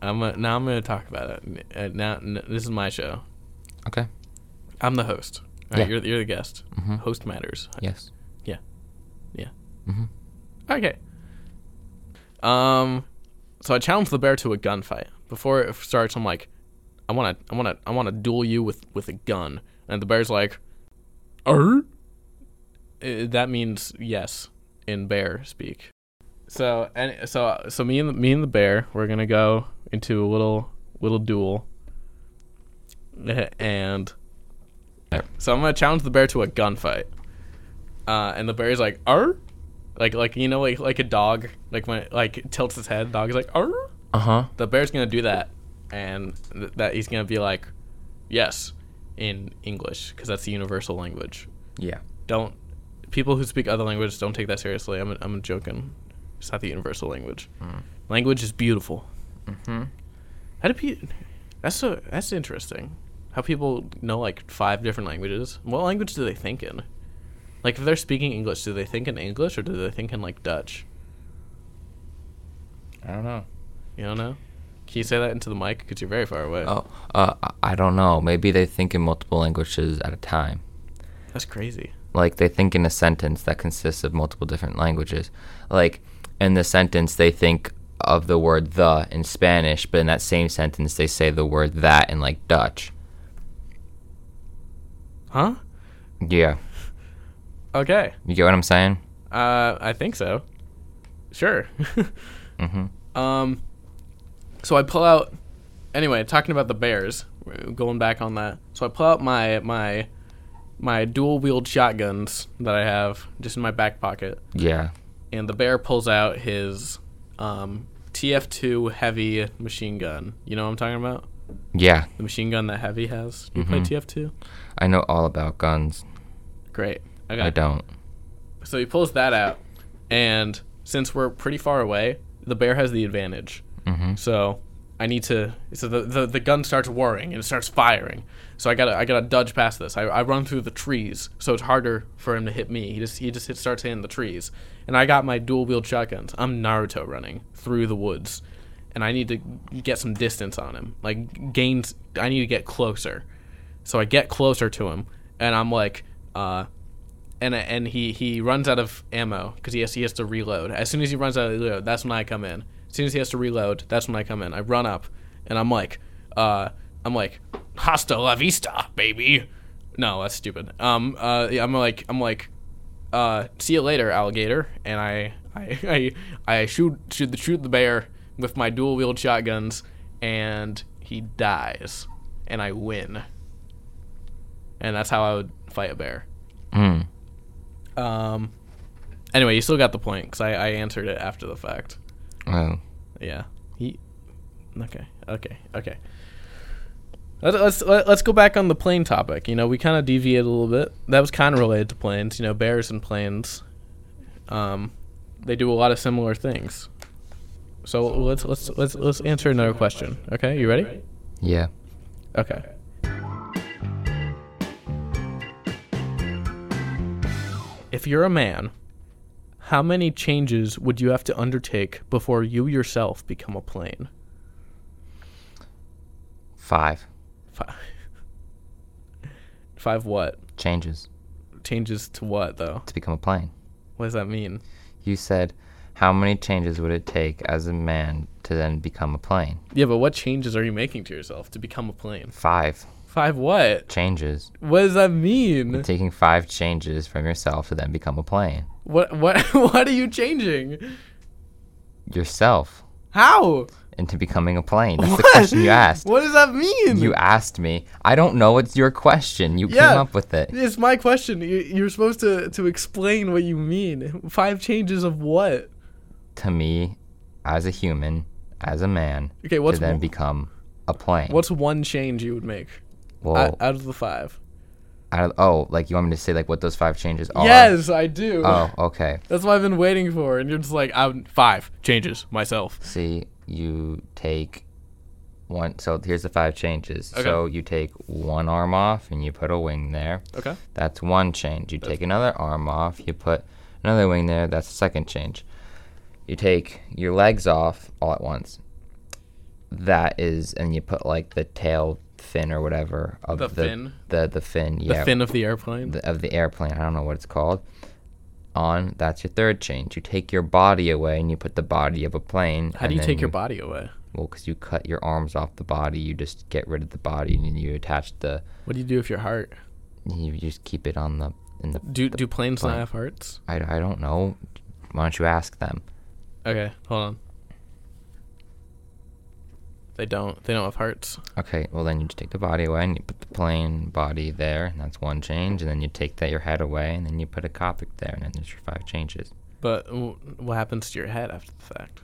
[SPEAKER 1] I'm a, now I'm going to talk about it. Uh, Now n- this is my show.
[SPEAKER 2] Okay.
[SPEAKER 1] I'm the host. All right,
[SPEAKER 2] Yeah.
[SPEAKER 1] you're you're the guest.
[SPEAKER 2] Mhm.
[SPEAKER 1] Host matters.
[SPEAKER 2] Yes.
[SPEAKER 1] Yeah. Yeah.
[SPEAKER 2] hmm
[SPEAKER 1] Okay. Um, so I challenged the bear to a gunfight. Before it starts, I'm like, I want to, I want to, I want to duel you with with a gun. And the bear's like, er. Uh, That means yes in bear speak. So and so so me and the, me and the bear, we're gonna go into a little little duel. And so I'm gonna challenge the bear to a gunfight. Uh, and the bear's like, "Arr," like like you know like like a dog like when it, like tilts his head, the dog is like, "Arr."
[SPEAKER 2] Uh huh.
[SPEAKER 1] The bear's gonna do that, and th- that he's gonna be like, "Yes," in English because that's the universal language.
[SPEAKER 2] Yeah.
[SPEAKER 1] Don't people who speak other languages don't take that seriously. I'm I'm joking. It's not the universal language. Language is beautiful.
[SPEAKER 2] Mm. Mm-hmm.
[SPEAKER 1] How do people? That's so that's interesting. How people know like five different languages. What language do they think in? Like if they're speaking English, do they think in English or do they think in like Dutch?
[SPEAKER 2] I don't know.
[SPEAKER 1] You don't know. Can you say that into the mic? Because you're very far away.
[SPEAKER 2] Oh, uh, I- I don't know. Maybe they think in multiple languages at a time.
[SPEAKER 1] that's crazy.
[SPEAKER 2] Like they think in a sentence that consists of multiple different languages. Like in the sentence, they think of the word the in Spanish, but in that same sentence, they say the word that in like Dutch.
[SPEAKER 1] Huh?
[SPEAKER 2] Yeah.
[SPEAKER 1] Okay.
[SPEAKER 2] You get what I'm saying?
[SPEAKER 1] Uh, I think so. Sure.
[SPEAKER 2] hmm
[SPEAKER 1] um, so I pull out. Anyway, talking about the Bears, we're going back on that. So I pull out my my my dual wield shotguns that I have just in my back pocket.
[SPEAKER 2] Yeah.
[SPEAKER 1] and the bear pulls out his um, TF2 heavy machine gun. You know what I'm talking about?
[SPEAKER 2] Yeah.
[SPEAKER 1] The machine gun that Heavy has. Do you play TF2?
[SPEAKER 2] I know all about guns.
[SPEAKER 1] Great. I
[SPEAKER 2] I
[SPEAKER 1] got it.
[SPEAKER 2] don't.
[SPEAKER 1] So he pulls that out, and since we're pretty far away, the bear has the advantage.
[SPEAKER 2] Mm-hmm.
[SPEAKER 1] So I need to. So the, the, the gun starts whirring and it starts firing. So I gotta I gotta dodge past this. I, I run through the trees, so it's harder for him to hit me. He just he just hit, starts hitting the trees, and I got my dual wield shotguns. I'm Naruto running through the woods, and I need to get some distance on him. Like gains. I need to get closer. So I get closer to him, and I'm like, uh, and and he he runs out of ammo because he has he has to reload. As soon as he runs out of reload, that's when I come in. As soon as he has to reload, that's when I come in. I run up, and I'm like, uh, I'm like, hasta la vista, baby. No, that's stupid. Um, uh, yeah, I'm like, I'm like, uh, see you later, alligator. And I, I, I, I shoot, shoot the shoot the bear with my dual wield shotguns, and he dies, and I win. And that's how I would fight a bear.
[SPEAKER 2] Mm.
[SPEAKER 1] Um. Anyway, you still got the point because I, I answered it after the fact.
[SPEAKER 2] Oh.
[SPEAKER 1] Yeah. He. Okay. Okay. Okay. Let- Let's let- let's go back on the plane topic. You know, we kind of deviated a little bit. That was kind of related to planes. You know, bears and planes. Um, they do a lot of similar things. So let's let's let's let's answer another question. Okay, you ready?
[SPEAKER 2] Yeah.
[SPEAKER 1] Okay. If you're a man, how many changes would you have to undertake before you yourself become a plane?
[SPEAKER 2] Five
[SPEAKER 1] Five. Five what?
[SPEAKER 2] changes
[SPEAKER 1] Changes to what though?
[SPEAKER 2] to become a plane.
[SPEAKER 1] What does that mean?
[SPEAKER 2] You said, how many changes would it take as a man to then become a plane?
[SPEAKER 1] Yeah, but what changes are you making to yourself to become a plane?
[SPEAKER 2] Five
[SPEAKER 1] Five what?
[SPEAKER 2] changes.
[SPEAKER 1] What does that mean?
[SPEAKER 2] Taking five changes from yourself to then become a plane.
[SPEAKER 1] What what what are you changing?
[SPEAKER 2] Yourself
[SPEAKER 1] How?
[SPEAKER 2] into becoming a plane. That's the question you asked.
[SPEAKER 1] What does that mean?
[SPEAKER 2] You asked me. I don't know. It's your question. You
[SPEAKER 1] Yeah.
[SPEAKER 2] came up with it.
[SPEAKER 1] It's my question. You, you're supposed to, to explain what you mean. Five changes of what?
[SPEAKER 2] To me, as a human, as a man,
[SPEAKER 1] Okay, what's
[SPEAKER 2] to then
[SPEAKER 1] one-
[SPEAKER 2] become a plane.
[SPEAKER 1] What's one change you would make
[SPEAKER 2] well,
[SPEAKER 1] out, out of the five?
[SPEAKER 2] I don't- oh, like you want me to say like what those five changes are?
[SPEAKER 1] Yes, I do.
[SPEAKER 2] uh, Oh, okay.
[SPEAKER 1] That's what I've been waiting for, and you're just like, I'm five changes myself.
[SPEAKER 2] See, you take one. So here's the five changes. So you take one arm off and you put a wing there.
[SPEAKER 1] Okay.
[SPEAKER 2] That's one change. You take another arm off, you put another wing there, that's the second change. You take your legs off all at once. That is and you put like the tail fin or whatever of
[SPEAKER 1] The
[SPEAKER 2] the
[SPEAKER 1] fin?
[SPEAKER 2] The, the fin,
[SPEAKER 1] The
[SPEAKER 2] yeah.
[SPEAKER 1] fin of the airplane.
[SPEAKER 2] the- of the airplane. I don't know what it's called. On, that's your third change. You take your body away and you put the body of a plane.
[SPEAKER 1] How do
[SPEAKER 2] and
[SPEAKER 1] you
[SPEAKER 2] then
[SPEAKER 1] take your body away?
[SPEAKER 2] Well, because you cut your arms off the body, you just get rid of the body and then you attach the.
[SPEAKER 1] What do you do with your heart?
[SPEAKER 2] You just keep it on the in the
[SPEAKER 1] Do do planes
[SPEAKER 2] plane.
[SPEAKER 1] not have hearts?
[SPEAKER 2] I, I don't know. Why don't you ask them?
[SPEAKER 1] Okay, hold on. They don't. They don't have hearts.
[SPEAKER 2] Okay, well then you just take the body away and you put the plain body there, and that's one change. And then you take that your head away, and then you put a Copic there, and then there's your five changes.
[SPEAKER 1] But w- what happens to your head after the fact?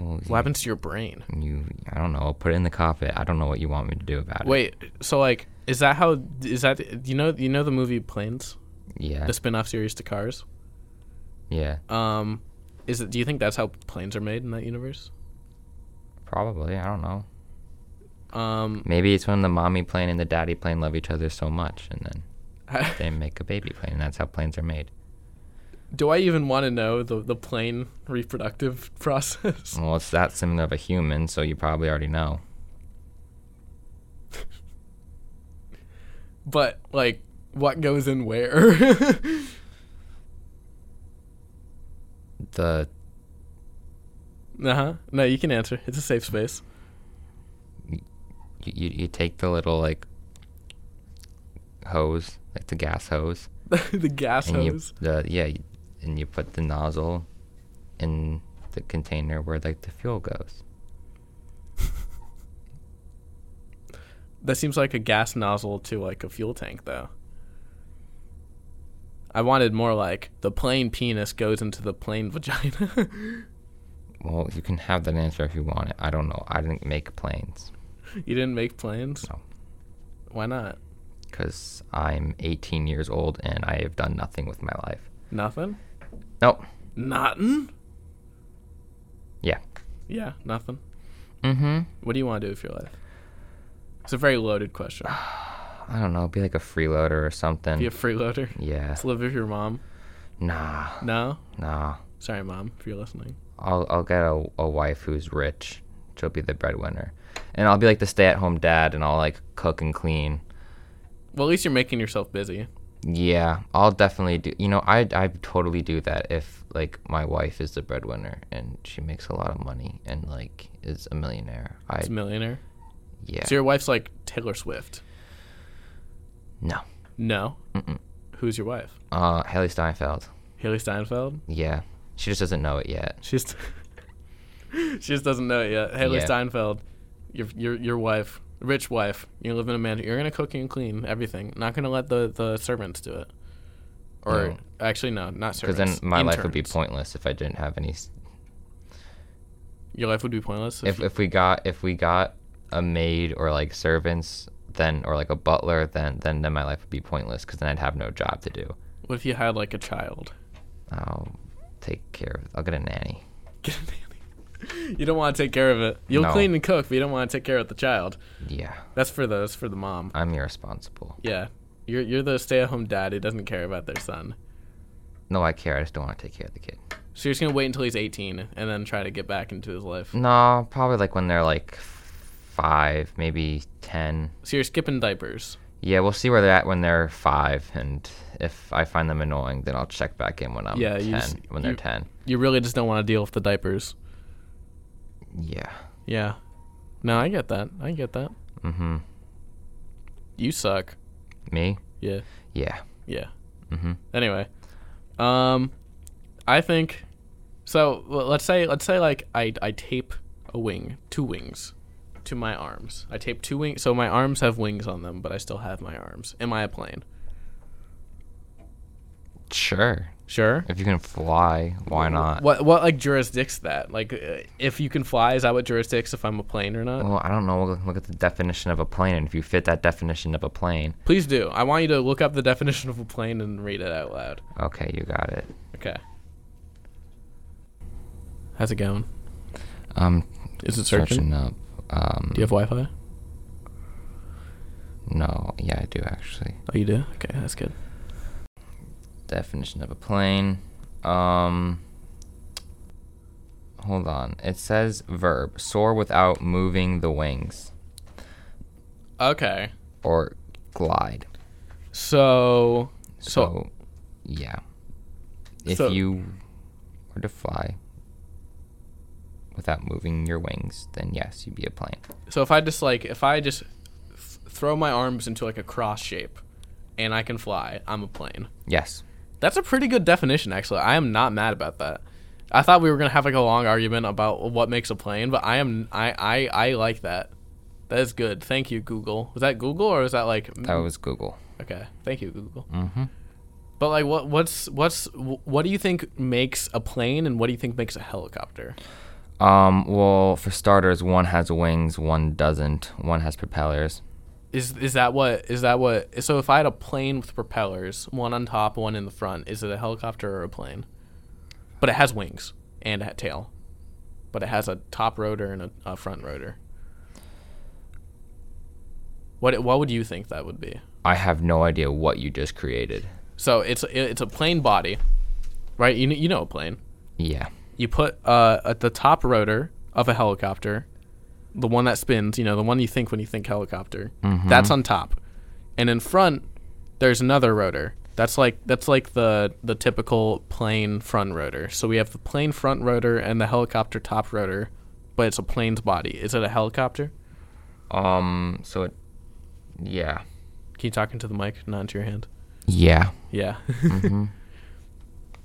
[SPEAKER 2] Well,
[SPEAKER 1] What happens to your brain?
[SPEAKER 2] you, you, I don't know. Put it in the Copic. I don't know what you want me to do about
[SPEAKER 1] Wait, so like, is that how? Is that you know you know the movie Planes,
[SPEAKER 2] it. Yeah,
[SPEAKER 1] the spin-off series to Cars?
[SPEAKER 2] yeah,
[SPEAKER 1] Um, is it? Do you think that's how planes are made in that universe?
[SPEAKER 2] probably. I don't know.
[SPEAKER 1] Um,
[SPEAKER 2] Maybe it's when the mommy plane and the daddy plane love each other so much, and then they make a baby plane, and that's how planes are made.
[SPEAKER 1] do I even want to know the the plane reproductive process?
[SPEAKER 2] Well, it's that similar of a human, so you probably already know.
[SPEAKER 1] but like, what goes in where? Uh-huh.
[SPEAKER 2] The
[SPEAKER 1] uh huh. No, you can answer. It's a safe space.
[SPEAKER 2] you, you, you take the little like hose, like the gas hose,
[SPEAKER 1] the gas
[SPEAKER 2] and you
[SPEAKER 1] hose.
[SPEAKER 2] the yeah, you, and you put the nozzle in the container where like the fuel goes.
[SPEAKER 1] That seems like a gas nozzle to like a fuel tank, though. I wanted more like the plain penis goes into the plain vagina.
[SPEAKER 2] Well, you can have that answer if you want it. I don't know. I didn't make planes
[SPEAKER 1] You didn't make plans?
[SPEAKER 2] No.
[SPEAKER 1] Why not?
[SPEAKER 2] because I'm 18 years old and I have done nothing with my life.
[SPEAKER 1] Nothing?
[SPEAKER 2] Nope.
[SPEAKER 1] Nothing?
[SPEAKER 2] Yeah.
[SPEAKER 1] Yeah, nothing.
[SPEAKER 2] Mm-hmm.
[SPEAKER 1] What do you want to do with your life? It's a very loaded question.
[SPEAKER 2] Uh, I don't know. Be like a freeloader or something.
[SPEAKER 1] Be a freeloader.
[SPEAKER 2] yeah. Uh.
[SPEAKER 1] Just live with your mom.
[SPEAKER 2] Nah.
[SPEAKER 1] No?
[SPEAKER 2] Nah.
[SPEAKER 1] Sorry, mom, if you're listening.
[SPEAKER 2] I'll I'll get a, a wife who's rich. She'll be the breadwinner, and I'll be like the stay-at-home dad, and I'll like cook and clean.
[SPEAKER 1] Well, at least you're making yourself busy.
[SPEAKER 2] Yeah, I'll definitely do. You know, I I totally do that if like my wife is the breadwinner and she makes a lot of money and like is a millionaire. I
[SPEAKER 1] It's a millionaire.
[SPEAKER 2] yeah.
[SPEAKER 1] So your wife's like Taylor Swift.
[SPEAKER 2] No,
[SPEAKER 1] No.
[SPEAKER 2] Mm-mm.
[SPEAKER 1] Who's your wife?
[SPEAKER 2] Uh, Haley Steinfeld.
[SPEAKER 1] Haley Steinfeld.
[SPEAKER 2] Yeah, she just doesn't know it yet.
[SPEAKER 1] She's she just doesn't know it yet. Haley
[SPEAKER 2] Yeah.
[SPEAKER 1] Steinfeld, your your your wife, rich wife. You live in a mansion. You're gonna cook and clean everything. Not gonna let the the servants do it. Or
[SPEAKER 2] No.
[SPEAKER 1] actually, no, not
[SPEAKER 2] Because
[SPEAKER 1] servants.
[SPEAKER 2] then my life would be
[SPEAKER 1] interns.
[SPEAKER 2] pointless if I didn't have any. s-
[SPEAKER 1] Your life would be pointless. If
[SPEAKER 2] If
[SPEAKER 1] you-
[SPEAKER 2] if we got if we got a maid or like servants, then or like a butler, then then then my life would be pointless because then I'd have no job to do.
[SPEAKER 1] what if you had like a child?
[SPEAKER 2] I'll take care of. I'll get a nanny.
[SPEAKER 1] Get a nanny. You don't want to take care of it. You'll
[SPEAKER 2] No.
[SPEAKER 1] clean and cook, but you don't want to take care of the child.
[SPEAKER 2] Yeah,
[SPEAKER 1] That's for the that's for the mom.
[SPEAKER 2] I'm irresponsible.
[SPEAKER 1] Yeah, you're you're the stay-at-home dad who doesn't care about their son.
[SPEAKER 2] No, I care. I just don't want to take care of the kid.
[SPEAKER 1] So you're just gonna wait until he's 18 and then try to get back into his life.
[SPEAKER 2] No, probably like when they're like five, maybe ten.
[SPEAKER 1] So you're skipping diapers.
[SPEAKER 2] Yeah, we'll see where they're at when they're five, and if I find them annoying, then I'll check back in when I'm
[SPEAKER 1] Yeah,
[SPEAKER 2] ten.
[SPEAKER 1] you just-
[SPEAKER 2] when they're
[SPEAKER 1] you-
[SPEAKER 2] ten.
[SPEAKER 1] You really just don't want to deal with the diapers.
[SPEAKER 2] Yeah.
[SPEAKER 1] Yeah. No, I get that. I get that.
[SPEAKER 2] Mm-hmm.
[SPEAKER 1] You suck.
[SPEAKER 2] Me?
[SPEAKER 1] Yeah.
[SPEAKER 2] Yeah.
[SPEAKER 1] Yeah.
[SPEAKER 2] Mhm.
[SPEAKER 1] Anyway, um, I think so. well, Let's say let's say like I I tape a wing, two wings, to my arms. I tape two wings, so my arms have wings on them, but I still have my arms. Am I a plane?
[SPEAKER 2] Sure.
[SPEAKER 1] Sure.
[SPEAKER 2] If you can fly, why not?
[SPEAKER 1] What what like jurisdicts that? Like, uh, if you can fly, is that what jurisdicts if I'm a plane or not?
[SPEAKER 2] Well, I don't know. We'll look at the definition of a plane, and if you fit that definition of a plane,
[SPEAKER 1] Please do. I want you to look up the definition of a plane and read it out loud.
[SPEAKER 2] okay, you got it.
[SPEAKER 1] Okay. How's it going?
[SPEAKER 2] Um,
[SPEAKER 1] Is it searching?
[SPEAKER 2] searching up. Um,
[SPEAKER 1] Do you have Wi-Fi?
[SPEAKER 2] no. Yeah, I do actually.
[SPEAKER 1] Oh, you do. Okay, that's good.
[SPEAKER 2] definition of a plane. Um, hold on. It says verb soar without moving the wings
[SPEAKER 1] Okay.
[SPEAKER 2] or glide.
[SPEAKER 1] So,
[SPEAKER 2] So,
[SPEAKER 1] So-
[SPEAKER 2] yeah. If
[SPEAKER 1] So-
[SPEAKER 2] you were to fly without moving your wings, then yes, you'd be a plane.
[SPEAKER 1] so if I just like if I just th- throw my arms into like a cross shape, and I can fly, I'm a plane.
[SPEAKER 2] Yes.
[SPEAKER 1] That's a pretty good definition, actually. I am not mad about that. I thought we were gonna have like a long argument about what makes a plane, but I am I I, I like that. That is good. Thank you, Google. Was that Google or was that like Mm,
[SPEAKER 2] That was Google.
[SPEAKER 1] okay? Thank you, Google.
[SPEAKER 2] Mm-hmm.
[SPEAKER 1] But like, what what's what's wh- what do you think makes a plane, and what do you think makes a helicopter?
[SPEAKER 2] Um, well, for starters, one has wings, one doesn't. One has propellers.
[SPEAKER 1] Is is that what is that what? So if I had a plane with propellers, one on top, one in the front, is it a helicopter or a plane? But it has wings and a tail, but it has a top rotor and a, a front rotor. What what would you think that would be?
[SPEAKER 2] I have no idea what you just created.
[SPEAKER 1] So it's it's a plane body, right? You kn- you know a plane.
[SPEAKER 2] Yeah.
[SPEAKER 1] you put uh, at the top rotor of a helicopter, the one that spins, you know, the one you think when you think helicopter,
[SPEAKER 2] Mm-hmm.
[SPEAKER 1] that's on top, and in front there's another rotor. That's like that's like the the typical plane front rotor. So we have the plane front rotor and the helicopter top rotor, but it's a plane's body. Is it a helicopter?
[SPEAKER 2] Um. So it. Yeah.
[SPEAKER 1] Can you talk into the mic, not into your hand?
[SPEAKER 2] Yeah.
[SPEAKER 1] Yeah,
[SPEAKER 2] Mm-hmm. Do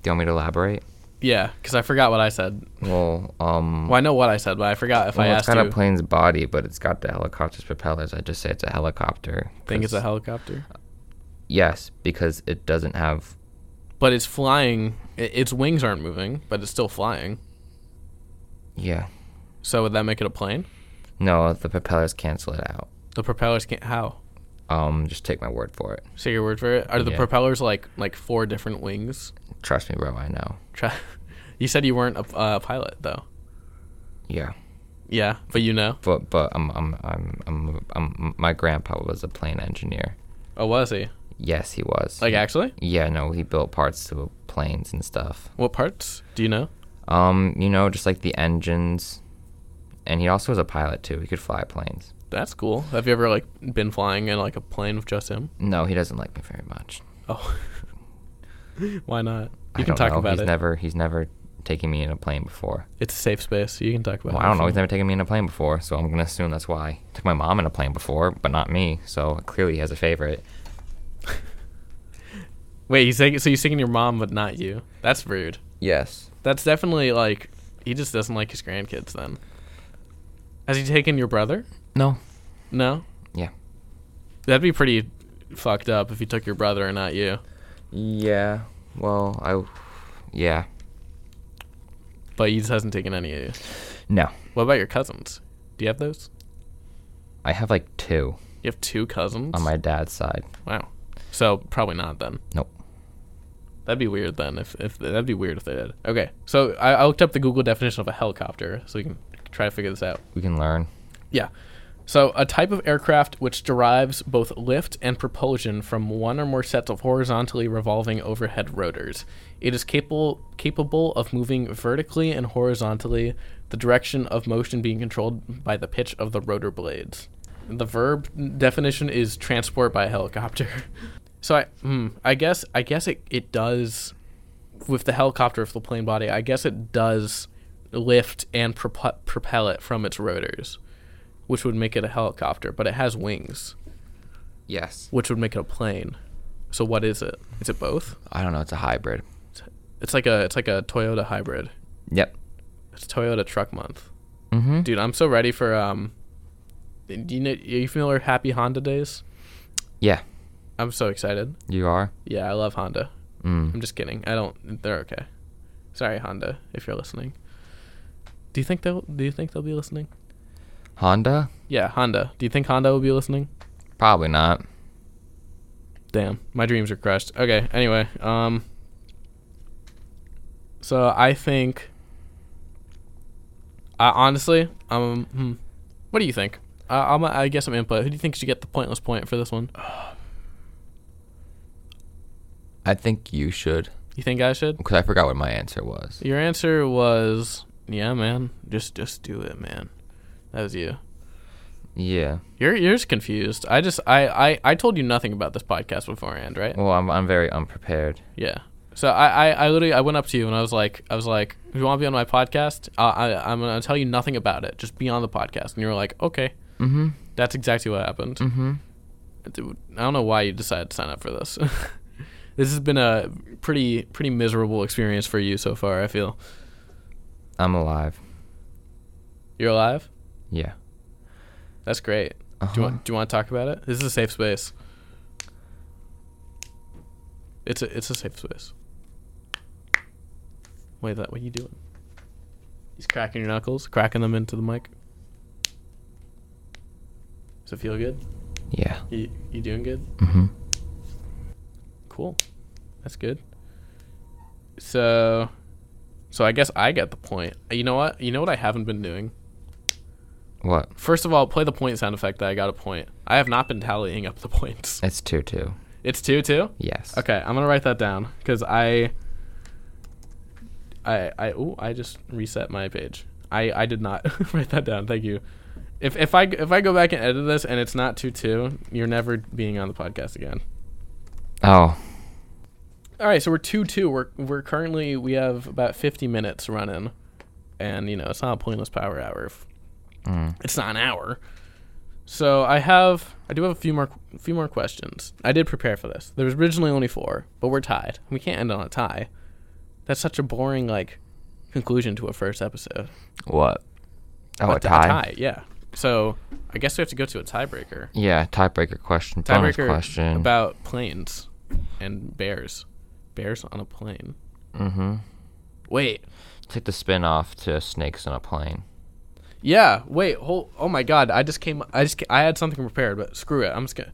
[SPEAKER 2] you want me to elaborate?
[SPEAKER 1] yeah. Because I forgot what I said.
[SPEAKER 2] Well, um.
[SPEAKER 1] Well, I know what I said, but I forgot if I
[SPEAKER 2] well, it's
[SPEAKER 1] asked
[SPEAKER 2] got
[SPEAKER 1] you.
[SPEAKER 2] a plane's body, but it's got the helicopter's propellers. I just say it's a helicopter.
[SPEAKER 1] think it's a
[SPEAKER 2] 'cause-
[SPEAKER 1] helicopter.
[SPEAKER 2] Yes, because it doesn't have.
[SPEAKER 1] but it's flying. i- Its wings aren't moving, but it's still flying.
[SPEAKER 2] Yeah.
[SPEAKER 1] So would that make it a plane?
[SPEAKER 2] No, the propellers cancel it out.
[SPEAKER 1] The propellers can't. How?
[SPEAKER 2] Um. Just take my word for it.
[SPEAKER 1] Say your word for it. Are the
[SPEAKER 2] Yeah.
[SPEAKER 1] propellers like like four different wings?
[SPEAKER 2] Trust me, bro. I know.
[SPEAKER 1] Try. You said you weren't a uh, pilot though.
[SPEAKER 2] Yeah.
[SPEAKER 1] Yeah, but you know.
[SPEAKER 2] But but I'm I'm I'm I'm, I'm my grandpa was a plane engineer.
[SPEAKER 1] Oh, was he?
[SPEAKER 2] Yes, he was.
[SPEAKER 1] Like actually?
[SPEAKER 2] yeah, no, he built parts to planes and stuff.
[SPEAKER 1] What parts? Do you know?
[SPEAKER 2] Um, you know, just like the engines. And he also was a pilot too. He could fly planes.
[SPEAKER 1] That's cool. Have you ever like been flying in like a plane with just him?
[SPEAKER 2] No, he doesn't like me very much.
[SPEAKER 1] Oh. Why not?
[SPEAKER 2] I
[SPEAKER 1] You can
[SPEAKER 2] don't
[SPEAKER 1] talk
[SPEAKER 2] know.
[SPEAKER 1] about
[SPEAKER 2] he's
[SPEAKER 1] it.
[SPEAKER 2] never he's never taken me in a plane before.
[SPEAKER 1] it's a safe space. You can talk about
[SPEAKER 2] Well,
[SPEAKER 1] it.
[SPEAKER 2] I don't know.
[SPEAKER 1] if
[SPEAKER 2] He's
[SPEAKER 1] you-
[SPEAKER 2] never taken me in a plane before, so I'm gonna assume that's why. Took my mom in a plane before, but not me. So clearly he has a favorite.
[SPEAKER 1] Wait, you think so? You're singing your mom, but not you. That's rude.
[SPEAKER 2] Yes.
[SPEAKER 1] That's definitely like he just doesn't like his grandkids. Then has he taken your brother?
[SPEAKER 2] No.
[SPEAKER 1] No.
[SPEAKER 2] Yeah.
[SPEAKER 1] That'd be pretty fucked up if he took your brother and not you.
[SPEAKER 2] Yeah. Well, I. Yeah.
[SPEAKER 1] But he just hasn't taken any of you.
[SPEAKER 2] No.
[SPEAKER 1] What about your cousins? Do you have those?
[SPEAKER 2] I have like two
[SPEAKER 1] You have two cousins.
[SPEAKER 2] on my dad's side.
[SPEAKER 1] wow. So probably not then.
[SPEAKER 2] Nope.
[SPEAKER 1] That'd be weird then. If if that'd be weird if they did. Okay. So I, I looked up the Google definition of a helicopter, so we can try to figure this out.
[SPEAKER 2] We can learn.
[SPEAKER 1] Yeah. So, a type of aircraft which derives both lift and propulsion from one or more sets of horizontally revolving overhead rotors. It is capable capable of moving vertically and horizontally, the direction of motion being controlled by the pitch of the rotor blades. The verb definition is transport by helicopter. So I, hmm, I guess I guess it, it does with the helicopter with the plane body. I guess it does lift and propu- propel it from its rotors which would make it a helicopter, but it has wings,
[SPEAKER 2] Yes.
[SPEAKER 1] which would make it a plane. So what is it? Is it both?
[SPEAKER 2] I don't know. It's a hybrid.
[SPEAKER 1] It's like a it's like a Toyota hybrid.
[SPEAKER 2] Yep.
[SPEAKER 1] It's Toyota Truck Month.
[SPEAKER 2] Mm-hmm.
[SPEAKER 1] Dude, I'm so ready for um do you know are you familiar with Happy Honda Days?
[SPEAKER 2] Yeah.
[SPEAKER 1] I'm so excited.
[SPEAKER 2] You are.
[SPEAKER 1] Yeah, I love Honda.
[SPEAKER 2] Mm.
[SPEAKER 1] I'm just kidding. I don't they're okay. Sorry, Honda, if you're listening. Do you think they'll do you think they'll be listening?
[SPEAKER 2] Honda?
[SPEAKER 1] Yeah, Honda. Do you think Honda will be listening?
[SPEAKER 2] Probably not.
[SPEAKER 1] Damn, my dreams are crushed. Okay, anyway, um So I think I honestly, um hmm, what do you think? I I'm I guess I'm input. Who do you think should get the pointless point for this one?
[SPEAKER 2] I think you should.
[SPEAKER 1] You think I should?
[SPEAKER 2] Because I forgot what my answer was.
[SPEAKER 1] Your answer was yeah, man. Just just do it, man. That was you.
[SPEAKER 2] Yeah.
[SPEAKER 1] You're you're just confused. I just I I I told you nothing about this podcast beforehand, right?
[SPEAKER 2] Well, I'm, I'm very unprepared.
[SPEAKER 1] Yeah. So I, I, I literally I went up to you and I was like I was like if you want to be on my podcast uh, I I'm gonna tell you nothing about it just be on the podcast and you were like okay
[SPEAKER 2] Mm-hmm.
[SPEAKER 1] that's exactly what happened
[SPEAKER 2] Mm-hmm.
[SPEAKER 1] Dude, I don't know why you decided to sign up for this this has been a pretty pretty miserable experience for you so far I feel
[SPEAKER 2] I'm alive.
[SPEAKER 1] you're alive
[SPEAKER 2] Yeah.
[SPEAKER 1] that's great
[SPEAKER 2] Uh-huh.
[SPEAKER 1] do you want do you want to talk about it this is a safe space it's a it's a safe space wait that what are you doing He's cracking your knuckles, cracking them into the mic. Does it feel good?
[SPEAKER 2] Yeah.
[SPEAKER 1] You, you doing good?
[SPEAKER 2] Mm-hmm.
[SPEAKER 1] Cool. That's good. So, so I guess I get the point. You know what? You know what I haven't been doing.
[SPEAKER 2] What?
[SPEAKER 1] First of all, play the point sound effect that I got a point. I have not been tallying up the points.
[SPEAKER 2] It's 2 2.
[SPEAKER 1] It's two two.
[SPEAKER 2] Yes.
[SPEAKER 1] Okay, I'm gonna write that down because I, I, I, ooh, I just reset my page. I, I did not write that down. Thank you. If if I if I go back and edit this and it's not two two, you're never being on the podcast again.
[SPEAKER 2] Oh.
[SPEAKER 1] All right, so we're two two. We're we're currently we have about fifty minutes running, and you know it's not a pointless power hour. If
[SPEAKER 2] Mm.
[SPEAKER 1] it's not an hour. So I have I do have a few more few more questions. I did prepare for this. There was originally only four, but we're tied. We can't end on a tie. That's such a boring like conclusion to a first episode.
[SPEAKER 2] What? Oh,
[SPEAKER 1] But
[SPEAKER 2] a
[SPEAKER 1] th-
[SPEAKER 2] tie?
[SPEAKER 1] yeah. So I guess we have to go to a tiebreaker.
[SPEAKER 2] Yeah, tiebreaker question. bonus
[SPEAKER 1] Tiebreaker
[SPEAKER 2] question.
[SPEAKER 1] about planes and bears. Bears on a plane.
[SPEAKER 2] mm-hmm.
[SPEAKER 1] Wait.
[SPEAKER 2] Take the spin off to snakes on a plane.
[SPEAKER 1] Yeah. Wait. Hold. Oh my God. I just came. I just. ca- I had something prepared, but screw it. I'm just gonna.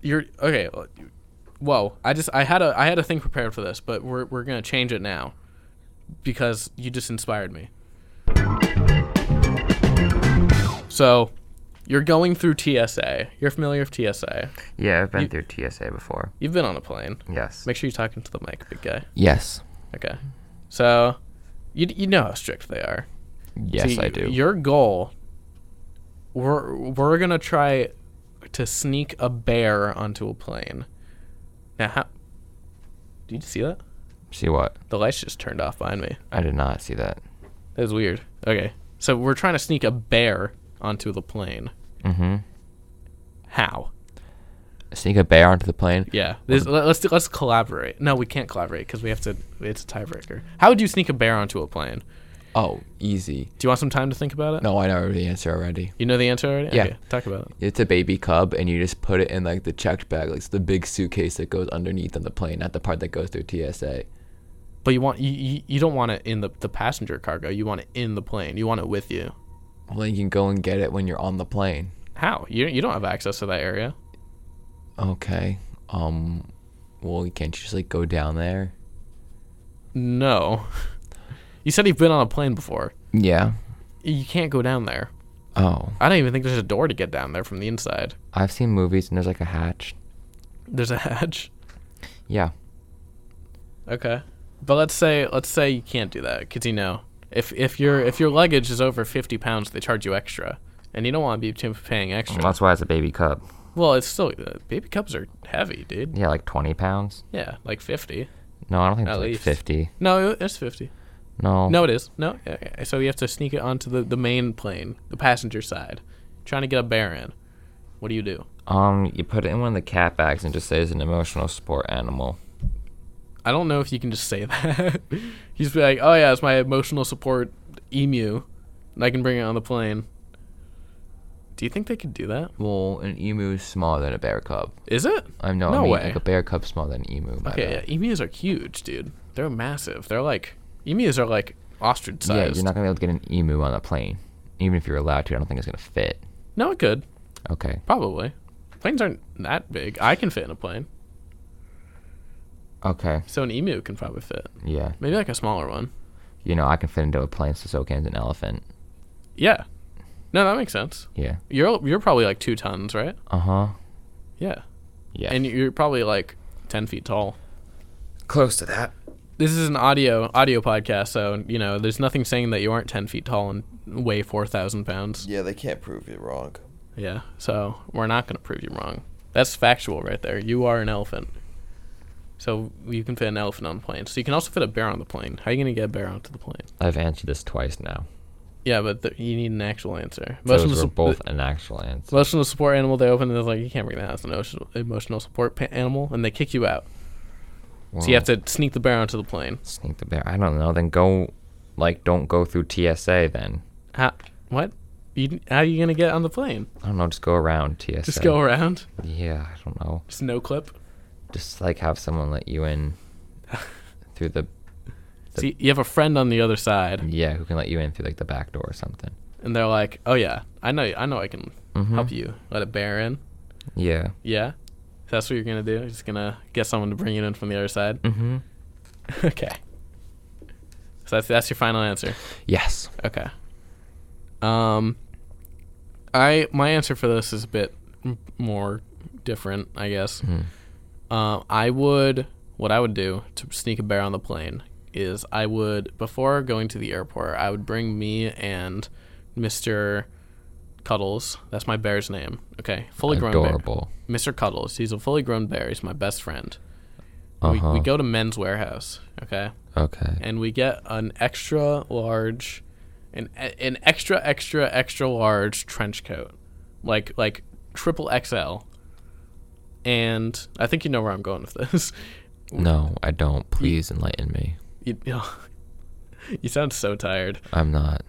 [SPEAKER 1] You're okay. well, you- Whoa. I just. I had a. I had a thing prepared for this, but we're we're gonna change it now, because you just inspired me. So, you're going through TSA. You're familiar with TSA.
[SPEAKER 2] Yeah, I've been through TSA before.
[SPEAKER 1] You've been on a plane.
[SPEAKER 2] Yes.
[SPEAKER 1] Make sure you're talking to the mic, big guy.
[SPEAKER 2] Yes.
[SPEAKER 1] Okay. So, you you know how strict they are.
[SPEAKER 2] Yes,
[SPEAKER 1] See,
[SPEAKER 2] I do.
[SPEAKER 1] Your goal. We're we're gonna try to sneak a bear onto a plane. Now, how? Did you see that?
[SPEAKER 2] See what?
[SPEAKER 1] The lights just turned off behind me.
[SPEAKER 2] I did not see that.
[SPEAKER 1] That was weird. Okay, so we're trying to sneak a bear onto the plane.
[SPEAKER 2] Mm-hmm.
[SPEAKER 1] How?
[SPEAKER 2] sneak a bear onto the plane.
[SPEAKER 1] Yeah, this, let- let's do, let's collaborate. No, we can't collaborate because we have to. It's a tiebreaker. How would you sneak a bear onto a plane?
[SPEAKER 4] Oh, easy.
[SPEAKER 1] Do you want some time to think about it?
[SPEAKER 4] No, I know the answer already.
[SPEAKER 1] You know the answer already.
[SPEAKER 4] Yeah.
[SPEAKER 1] Okay, talk about it.
[SPEAKER 4] It's a baby cub, and you just put it in like the checked bag, like it's the big suitcase that goes underneath on the plane, not the part that goes through TSA.
[SPEAKER 1] But you want you, you, you don't want it in the, the passenger cargo. You want it in the plane. You want it with you.
[SPEAKER 4] Well, then you can go and get it when you're on the plane.
[SPEAKER 1] How? You you don't have access to that area.
[SPEAKER 4] Okay. Um. Well, can't you just like go down there?
[SPEAKER 1] No. You said you've been on a plane before.
[SPEAKER 4] Yeah.
[SPEAKER 1] You can't go down there.
[SPEAKER 4] Oh,
[SPEAKER 1] I don't even think there's a door to get down there from the inside.
[SPEAKER 2] I've seen movies and there's like a hatch.
[SPEAKER 1] There's a hatch.
[SPEAKER 2] Yeah.
[SPEAKER 1] Okay. But let's say let's say you can't do that because you know if if your if your luggage is over fifty pounds, they charge you extra, and you don't want to be t- paying extra.
[SPEAKER 2] Well, that's why it's a baby cub.
[SPEAKER 1] well, it's still uh, baby cubs are heavy, dude.
[SPEAKER 2] Yeah, like 20 pounds.
[SPEAKER 1] Yeah, like fifty.
[SPEAKER 2] No, I don't think
[SPEAKER 1] At
[SPEAKER 2] it's like
[SPEAKER 1] least.
[SPEAKER 2] 50.
[SPEAKER 1] No, it- it's fifty.
[SPEAKER 2] No.
[SPEAKER 1] No, it is. No. yeah, yeah. So you have to sneak it onto the the main plane, the passenger side, trying to get a bear in. What do you do?
[SPEAKER 2] Um, you put it in one of the cat bags and just say it's an emotional support animal.
[SPEAKER 1] I don't know if you can just say that. you just be like, oh yeah, it's my emotional support emu, and I can bring it on the plane. Do you think they could do that?
[SPEAKER 4] well, an emu is smaller than a bear cub.
[SPEAKER 1] Is it?
[SPEAKER 4] I know.
[SPEAKER 1] No
[SPEAKER 4] I mean,
[SPEAKER 1] way.
[SPEAKER 4] like a bear cub's smaller than an emu. by
[SPEAKER 1] Okay,
[SPEAKER 2] uh,
[SPEAKER 4] the way.
[SPEAKER 1] yeah, emus are huge, dude. They're massive. They're like emus are like ostrich
[SPEAKER 2] Yeah,
[SPEAKER 1] sized.
[SPEAKER 2] you're not gonna be able to get an emu on a plane, even if you're allowed to. I don't think it's gonna fit.
[SPEAKER 1] No, it could
[SPEAKER 2] Okay.
[SPEAKER 1] probably. Planes aren't that big. I can fit in a plane,
[SPEAKER 2] Okay.
[SPEAKER 1] so an emu can probably fit.
[SPEAKER 2] Yeah.
[SPEAKER 1] Maybe like a smaller one.
[SPEAKER 2] You know, I can fit into a plane, so so can an elephant.
[SPEAKER 1] Yeah. No, that makes sense.
[SPEAKER 2] Yeah.
[SPEAKER 1] You're you're probably like two tons, right?
[SPEAKER 2] Uh huh.
[SPEAKER 1] Yeah.
[SPEAKER 2] Yeah.
[SPEAKER 1] And you're probably like ten feet tall.
[SPEAKER 2] close to that.
[SPEAKER 1] this is an audio audio podcast, so you know there's nothing saying that you aren't ten feet tall and weigh four thousand pounds.
[SPEAKER 5] Yeah, they can't prove you wrong.
[SPEAKER 1] Yeah, so we're not gonna prove you wrong. That's factual right there. You are an elephant, so you can fit an elephant on the plane. So you can also fit a bear on the plane. How are you gonna get a bear onto the plane?
[SPEAKER 2] I've answered this twice now.
[SPEAKER 1] Yeah, but th- you need an actual answer.
[SPEAKER 2] Those
[SPEAKER 1] Emotional
[SPEAKER 2] were
[SPEAKER 1] sup-
[SPEAKER 2] both an actual answer.
[SPEAKER 1] emotional support animal. They open and they're like, you can't bring that as an emotional emotional support pa- animal, and they kick you out. So you have to sneak the bear onto the plane.
[SPEAKER 2] sneak the bear. I don't know. Then go, like, don't go through TSA. Then
[SPEAKER 1] How? What? You, how are you gonna get on the plane?
[SPEAKER 2] I don't know. Just go around TSA.
[SPEAKER 1] Just go around.
[SPEAKER 2] Yeah, I don't know.
[SPEAKER 1] Just no clip.
[SPEAKER 2] Just like have someone let you in through the The-
[SPEAKER 1] See, you have a friend on the other side,
[SPEAKER 2] yeah, who can let you in through like the back door or something.
[SPEAKER 1] and they're like, "Oh yeah, I know, I know, I can
[SPEAKER 2] Mm-hmm.
[SPEAKER 1] help you. Let a bear in.
[SPEAKER 2] Yeah.
[SPEAKER 1] Yeah, that's what you're gonna do. You're just gonna get someone to bring you in from the other side.
[SPEAKER 2] Mm-hmm.
[SPEAKER 1] okay. So that's that's your final answer.
[SPEAKER 2] Yes.
[SPEAKER 1] Okay. Um, I my answer for this is a bit m- more different, I guess.
[SPEAKER 2] Mhm.
[SPEAKER 1] Uh, I would what I would do to sneak a bear on the plane is I would before going to the airport, I would bring me and Mister Cuddles. That's my bear's name. Okay, fully grown bear.
[SPEAKER 2] Adorable.
[SPEAKER 1] Mister Cuddles. He's a fully grown bear. He's my best friend.
[SPEAKER 2] Uh-huh.
[SPEAKER 1] We, we go to Men's Warehouse. Okay
[SPEAKER 2] Okay.
[SPEAKER 1] and we get an extra large an an extra extra extra large trench coat like like triple XL and I think you know where I'm going with this
[SPEAKER 2] No, I don't. Please enlighten me.
[SPEAKER 1] you, you, you sound so tired
[SPEAKER 2] I'm not.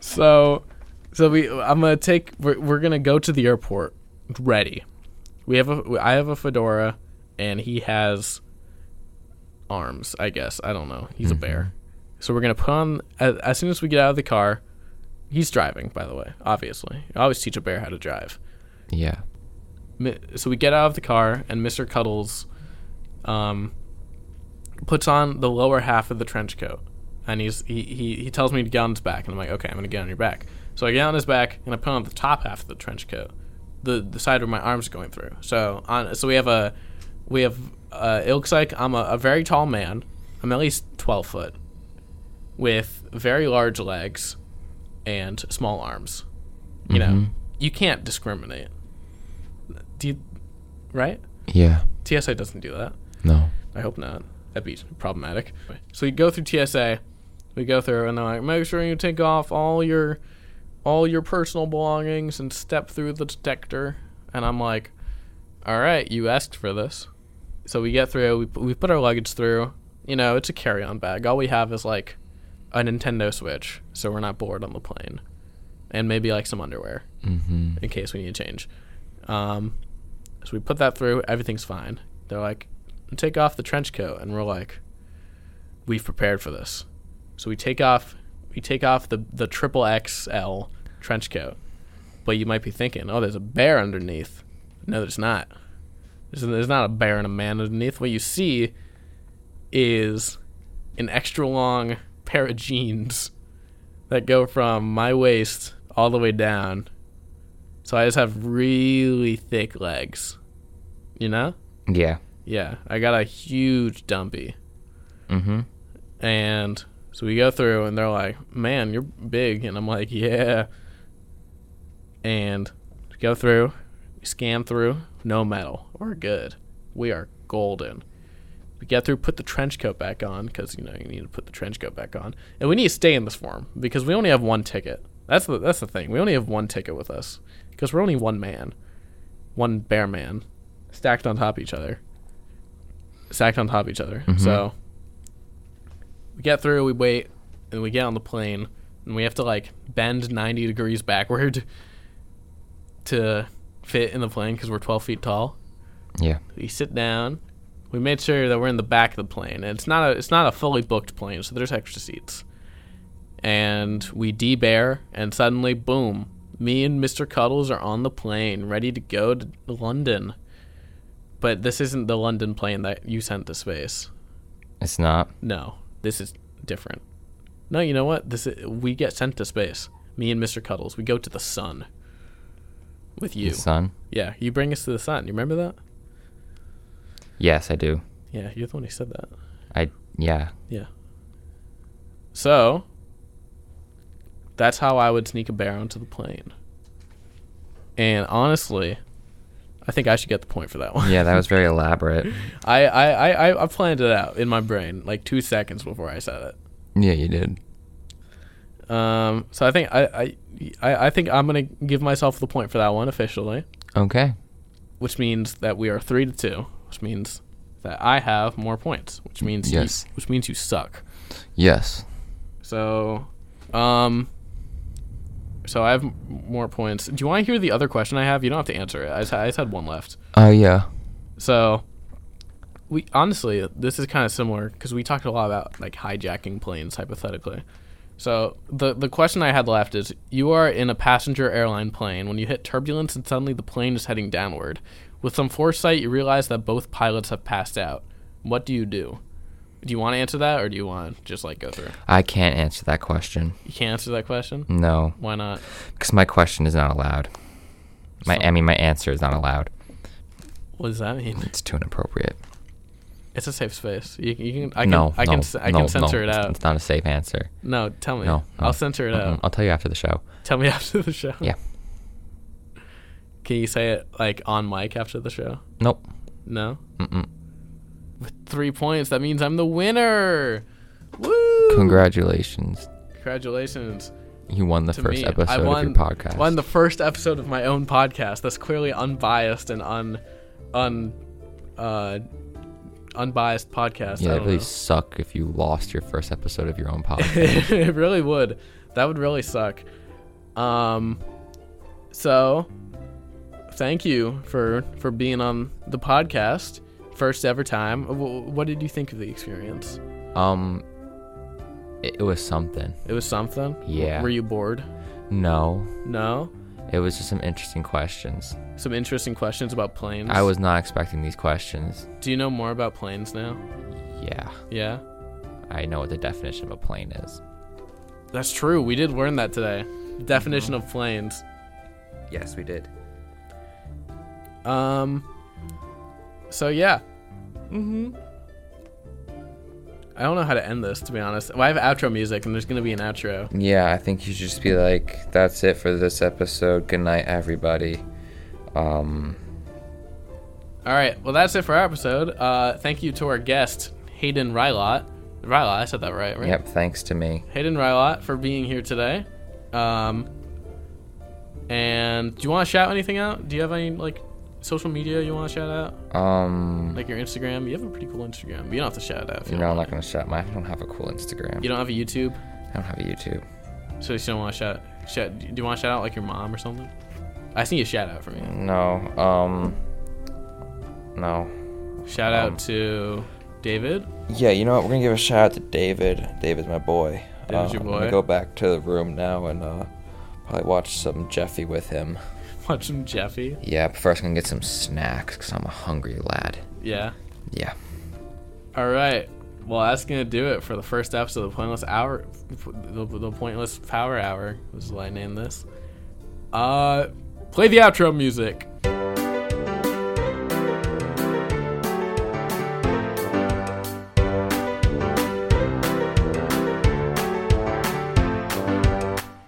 [SPEAKER 1] so so we I'm going to take we're, we're going to go to the airport ready we have a I have a fedora and he has arms I guess I don't know
[SPEAKER 2] Mm. Mm-hmm.
[SPEAKER 1] he's a bear So we're gonna put on as, as soon as we get out of the car. He's driving, by the way. Obviously, I always teach a bear how to drive.
[SPEAKER 2] Yeah.
[SPEAKER 1] Mi- So we get out of the car, and Mister Cuddles, um, puts on the lower half of the trench coat, and he's he, he he tells me to get on his back, and I'm like, okay, I'm gonna get on your back. So I get on his back, and I put on the top half of the trench coat, the the side where my arms are going through. So on so we have a we have uh, it looks like I'm a, a very tall man. I'm at least twelve foot with very large legs and small arms. You
[SPEAKER 2] Mm-hmm.
[SPEAKER 1] know, you can't discriminate. Do you, right?
[SPEAKER 2] Yeah.
[SPEAKER 1] TSA doesn't do that.
[SPEAKER 2] No.
[SPEAKER 1] I hope not. That'd be problematic. So you go through TSA, we go through, and they're like, make sure you take off all your, all your personal belongings and step through the detector. and I'm like, "All right, you asked for this." So we get through. We pu- we put our luggage through. You know, it's a carry-on bag. All we have is like a Nintendo Switch, so we're not bored on the plane, and maybe like some underwear
[SPEAKER 4] Mm-hmm.
[SPEAKER 1] in case we need to change. Um, so we put that through. Everything's fine. They're like, take off the trench coat, and we're like, we've prepared for this. So we take off, we take off the the triple XL trench coat. But you might be thinking, oh, there's a bear underneath. No, there's not. There's, there's not a bear and a man underneath. What you see is an extra long pair of jeans that go from my waist all the way down so I just have really thick legs. You know?
[SPEAKER 2] Yeah.
[SPEAKER 1] Yeah. I got a huge dumpy.
[SPEAKER 2] Mm-hmm.
[SPEAKER 1] And so we go through and they're like, Man, you're big and I'm like, Yeah. And we go through, we scan through, no metal. We're good. We are golden. We get through, put the trench coat back on because you know you need to put the trench coat back on, and we need to stay in this form because we only have one ticket. That's the that's the thing. We only have one ticket with us because we're only one man, one bear man, stacked on top of each other, stacked on top of each other. So we get through, we wait, and we get on the plane, and we have to like bend ninety degrees backward to fit in the plane because we're twelve feet tall
[SPEAKER 2] Yeah.
[SPEAKER 1] we sit down. We made sure that we're in the back of the plane. And it's not a it's not a fully booked plane, so there's extra seats. And we de-bear, and suddenly, boom! Me and Mr. Cuddles are on the plane, ready to go to London. But this isn't the London plane that you sent to space.
[SPEAKER 2] It's not.
[SPEAKER 1] No, this is different. No, you know what? This is, we get sent to space. Me and Mr. Cuddles, we go to the sun. With you,
[SPEAKER 2] The sun.
[SPEAKER 1] yeah, you bring us to the sun. You remember that?
[SPEAKER 2] Yes, I do.
[SPEAKER 1] Yeah, you're the one who said that.
[SPEAKER 2] I yeah.
[SPEAKER 1] So that's how I would sneak a bear onto the plane. And honestly, I think I should get the point for that one.
[SPEAKER 2] Yeah, that was very elaborate.
[SPEAKER 1] I, I, I- I, I planned it out in my brain like two seconds before I said
[SPEAKER 4] Yeah, you did.
[SPEAKER 1] it. Um, so I think I, I, I, I think I'm gonna give myself the point for that one officially,
[SPEAKER 2] Okay.
[SPEAKER 1] which means that we are three to two, which means that I have more points, which means you-
[SPEAKER 4] Yes.
[SPEAKER 1] which means you suck.
[SPEAKER 4] Yes.
[SPEAKER 1] So, um, so I have m- more points. Do you want to hear the other question I have? You don't have to answer it. I just, I just had one left.
[SPEAKER 4] Oh yeah.
[SPEAKER 1] So, we honestly, this is kind of similar because we talked a lot about like hijacking planes hypothetically. So the the question I had left is: You are in a passenger airline plane when you hit turbulence and suddenly the plane is heading downward. With some foresight, you realize that both pilots have passed out. What do you do? Do you want to answer that, or do you want to just like go through?
[SPEAKER 2] I can't answer that question.
[SPEAKER 1] You can't answer that question.
[SPEAKER 2] No,
[SPEAKER 1] Why not?
[SPEAKER 2] because my question is not allowed. My I mean, my answer is not allowed.
[SPEAKER 1] What does that mean?
[SPEAKER 2] It's too inappropriate.
[SPEAKER 1] It's a safe space. You, you can. I can.
[SPEAKER 2] no,
[SPEAKER 1] I can.
[SPEAKER 2] no,
[SPEAKER 1] c- I
[SPEAKER 2] no,
[SPEAKER 1] can censor
[SPEAKER 2] no.
[SPEAKER 1] it
[SPEAKER 2] It's-
[SPEAKER 1] out.
[SPEAKER 2] It's not a safe answer.
[SPEAKER 1] No, tell me.
[SPEAKER 2] No,
[SPEAKER 1] I'll
[SPEAKER 2] no.
[SPEAKER 1] censor it
[SPEAKER 2] Mm-mm.
[SPEAKER 1] out. Hmm.
[SPEAKER 2] I'll tell you after the show.
[SPEAKER 1] Tell me after the show.
[SPEAKER 2] Yeah.
[SPEAKER 1] Can you say it like on mic after the show?
[SPEAKER 2] Nope.
[SPEAKER 1] No.
[SPEAKER 2] Mm-mm.
[SPEAKER 1] With three points, that means I'm the winner. Woo!
[SPEAKER 2] Congratulations,
[SPEAKER 1] Congratulations
[SPEAKER 2] you won the
[SPEAKER 1] to
[SPEAKER 2] first
[SPEAKER 1] me. I
[SPEAKER 2] episode
[SPEAKER 1] won,
[SPEAKER 2] of your podcast.
[SPEAKER 1] won the first episode of my own podcast. That's clearly unbiased and un, un, uh, unbiased podcast.
[SPEAKER 2] yeah,
[SPEAKER 1] I
[SPEAKER 2] it'd
[SPEAKER 1] don't
[SPEAKER 2] really
[SPEAKER 1] know.
[SPEAKER 2] suck if you lost your first episode of your own podcast.
[SPEAKER 1] it really would. That would really suck. Um, so thank you for for being on the podcast, first ever time. W- what did you think of the experience?
[SPEAKER 2] um, it, it was something.
[SPEAKER 1] It was something.
[SPEAKER 2] Yeah.
[SPEAKER 1] Were you bored?
[SPEAKER 2] No,
[SPEAKER 1] No.
[SPEAKER 2] it was just some interesting questions.
[SPEAKER 1] Some interesting questions about planes.
[SPEAKER 2] I was not expecting these questions.
[SPEAKER 1] Do you know more about planes now?
[SPEAKER 2] Yeah,
[SPEAKER 1] Yeah.
[SPEAKER 2] I know what the definition of a plane is.
[SPEAKER 1] That's true. We did learn that today. Definition of planes.
[SPEAKER 2] Yes, we did.
[SPEAKER 1] Um. So yeah. Mm-hmm. I don't know how to end this, to be honest. Well, I have outro music, and there's gonna be an outro.
[SPEAKER 2] Yeah, I think you should just be like, that's it for this episode. Good night, everybody. Um,
[SPEAKER 1] All right. Well, that's it for our episode. Uh, thank you to our guest Hayden Rylot. Rylot, I said that right, right?
[SPEAKER 2] yep, thanks to me.
[SPEAKER 1] Hayden Rylot for being here today. Um. And do you want to shout anything out? Do you have any like social media you want to shout out?
[SPEAKER 2] Um,
[SPEAKER 1] Like your Instagram? You have a pretty cool Instagram. but You don't have to shout it out. If you,
[SPEAKER 2] no,
[SPEAKER 1] don't
[SPEAKER 2] I'm
[SPEAKER 1] want
[SPEAKER 2] not gonna shout. My I don't have a cool Instagram.
[SPEAKER 1] it. you don't have a YouTube,
[SPEAKER 2] I don't have a YouTube.
[SPEAKER 1] so you don't want to shout. Shout. Do you want to shout out like your mom or something? I see a shout out for me.
[SPEAKER 2] No. Um. No.
[SPEAKER 1] Shout
[SPEAKER 2] Um,
[SPEAKER 1] out to David.
[SPEAKER 2] Yeah, you know what? We're gonna give a shout out to David. David's my boy. Uh,
[SPEAKER 1] David's your
[SPEAKER 2] I'm gonna
[SPEAKER 1] boy.
[SPEAKER 2] go back to the room now and uh, probably watch some Jeffy with him.
[SPEAKER 1] Watch some Jeffy.
[SPEAKER 2] Yeah, but first I'm gonna get some snacks because I'm a hungry lad.
[SPEAKER 1] Yeah.
[SPEAKER 2] Yeah.
[SPEAKER 1] All right. Well, that's gonna do it for the first episode of the Pointless Hour, the, the Pointless Power Hour. Was what I named this. Uh, play the outro music.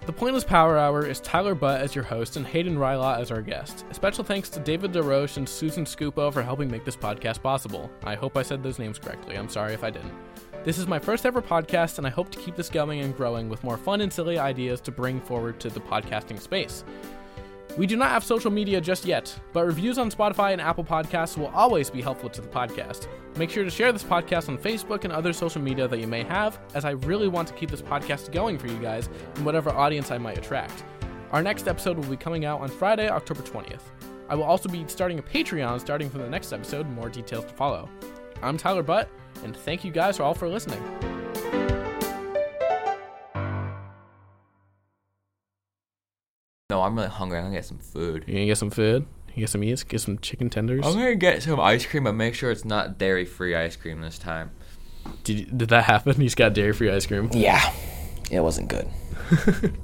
[SPEAKER 1] The Pointless Power Hour is Tyler Butt as your host and Hayden Rylot as our guest. A special thanks to David DeRoche and Susan Scupo for helping make this podcast possible. I hope I said those names correctly. I'm sorry if I didn't. This is my first ever podcast, and I hope to keep this going and growing with more fun and silly ideas to bring forward to the podcasting space. We do not have social media just yet, but reviews on Spotify and Apple Podcasts will always be helpful to the podcast. Make sure to share this podcast on Facebook and other social media that you may have, as I really want to keep this podcast going for you guys and whatever audience I might attract. Our next episode will be coming out on Friday, October 20th. I will also be starting a Patreon starting from the next episode, more details to follow. I'm Tyler Butt, and thank you guys all for listening.
[SPEAKER 4] No, I'm really hungry. I'm gonna get some food.
[SPEAKER 1] You gonna get some food? You get some eats? Get some chicken tenders?
[SPEAKER 4] I'm gonna get some ice cream, but make sure it's not dairy-free ice cream this time.
[SPEAKER 1] Did, did that happen? He's got dairy free ice cream.
[SPEAKER 2] Yeah. It wasn't good.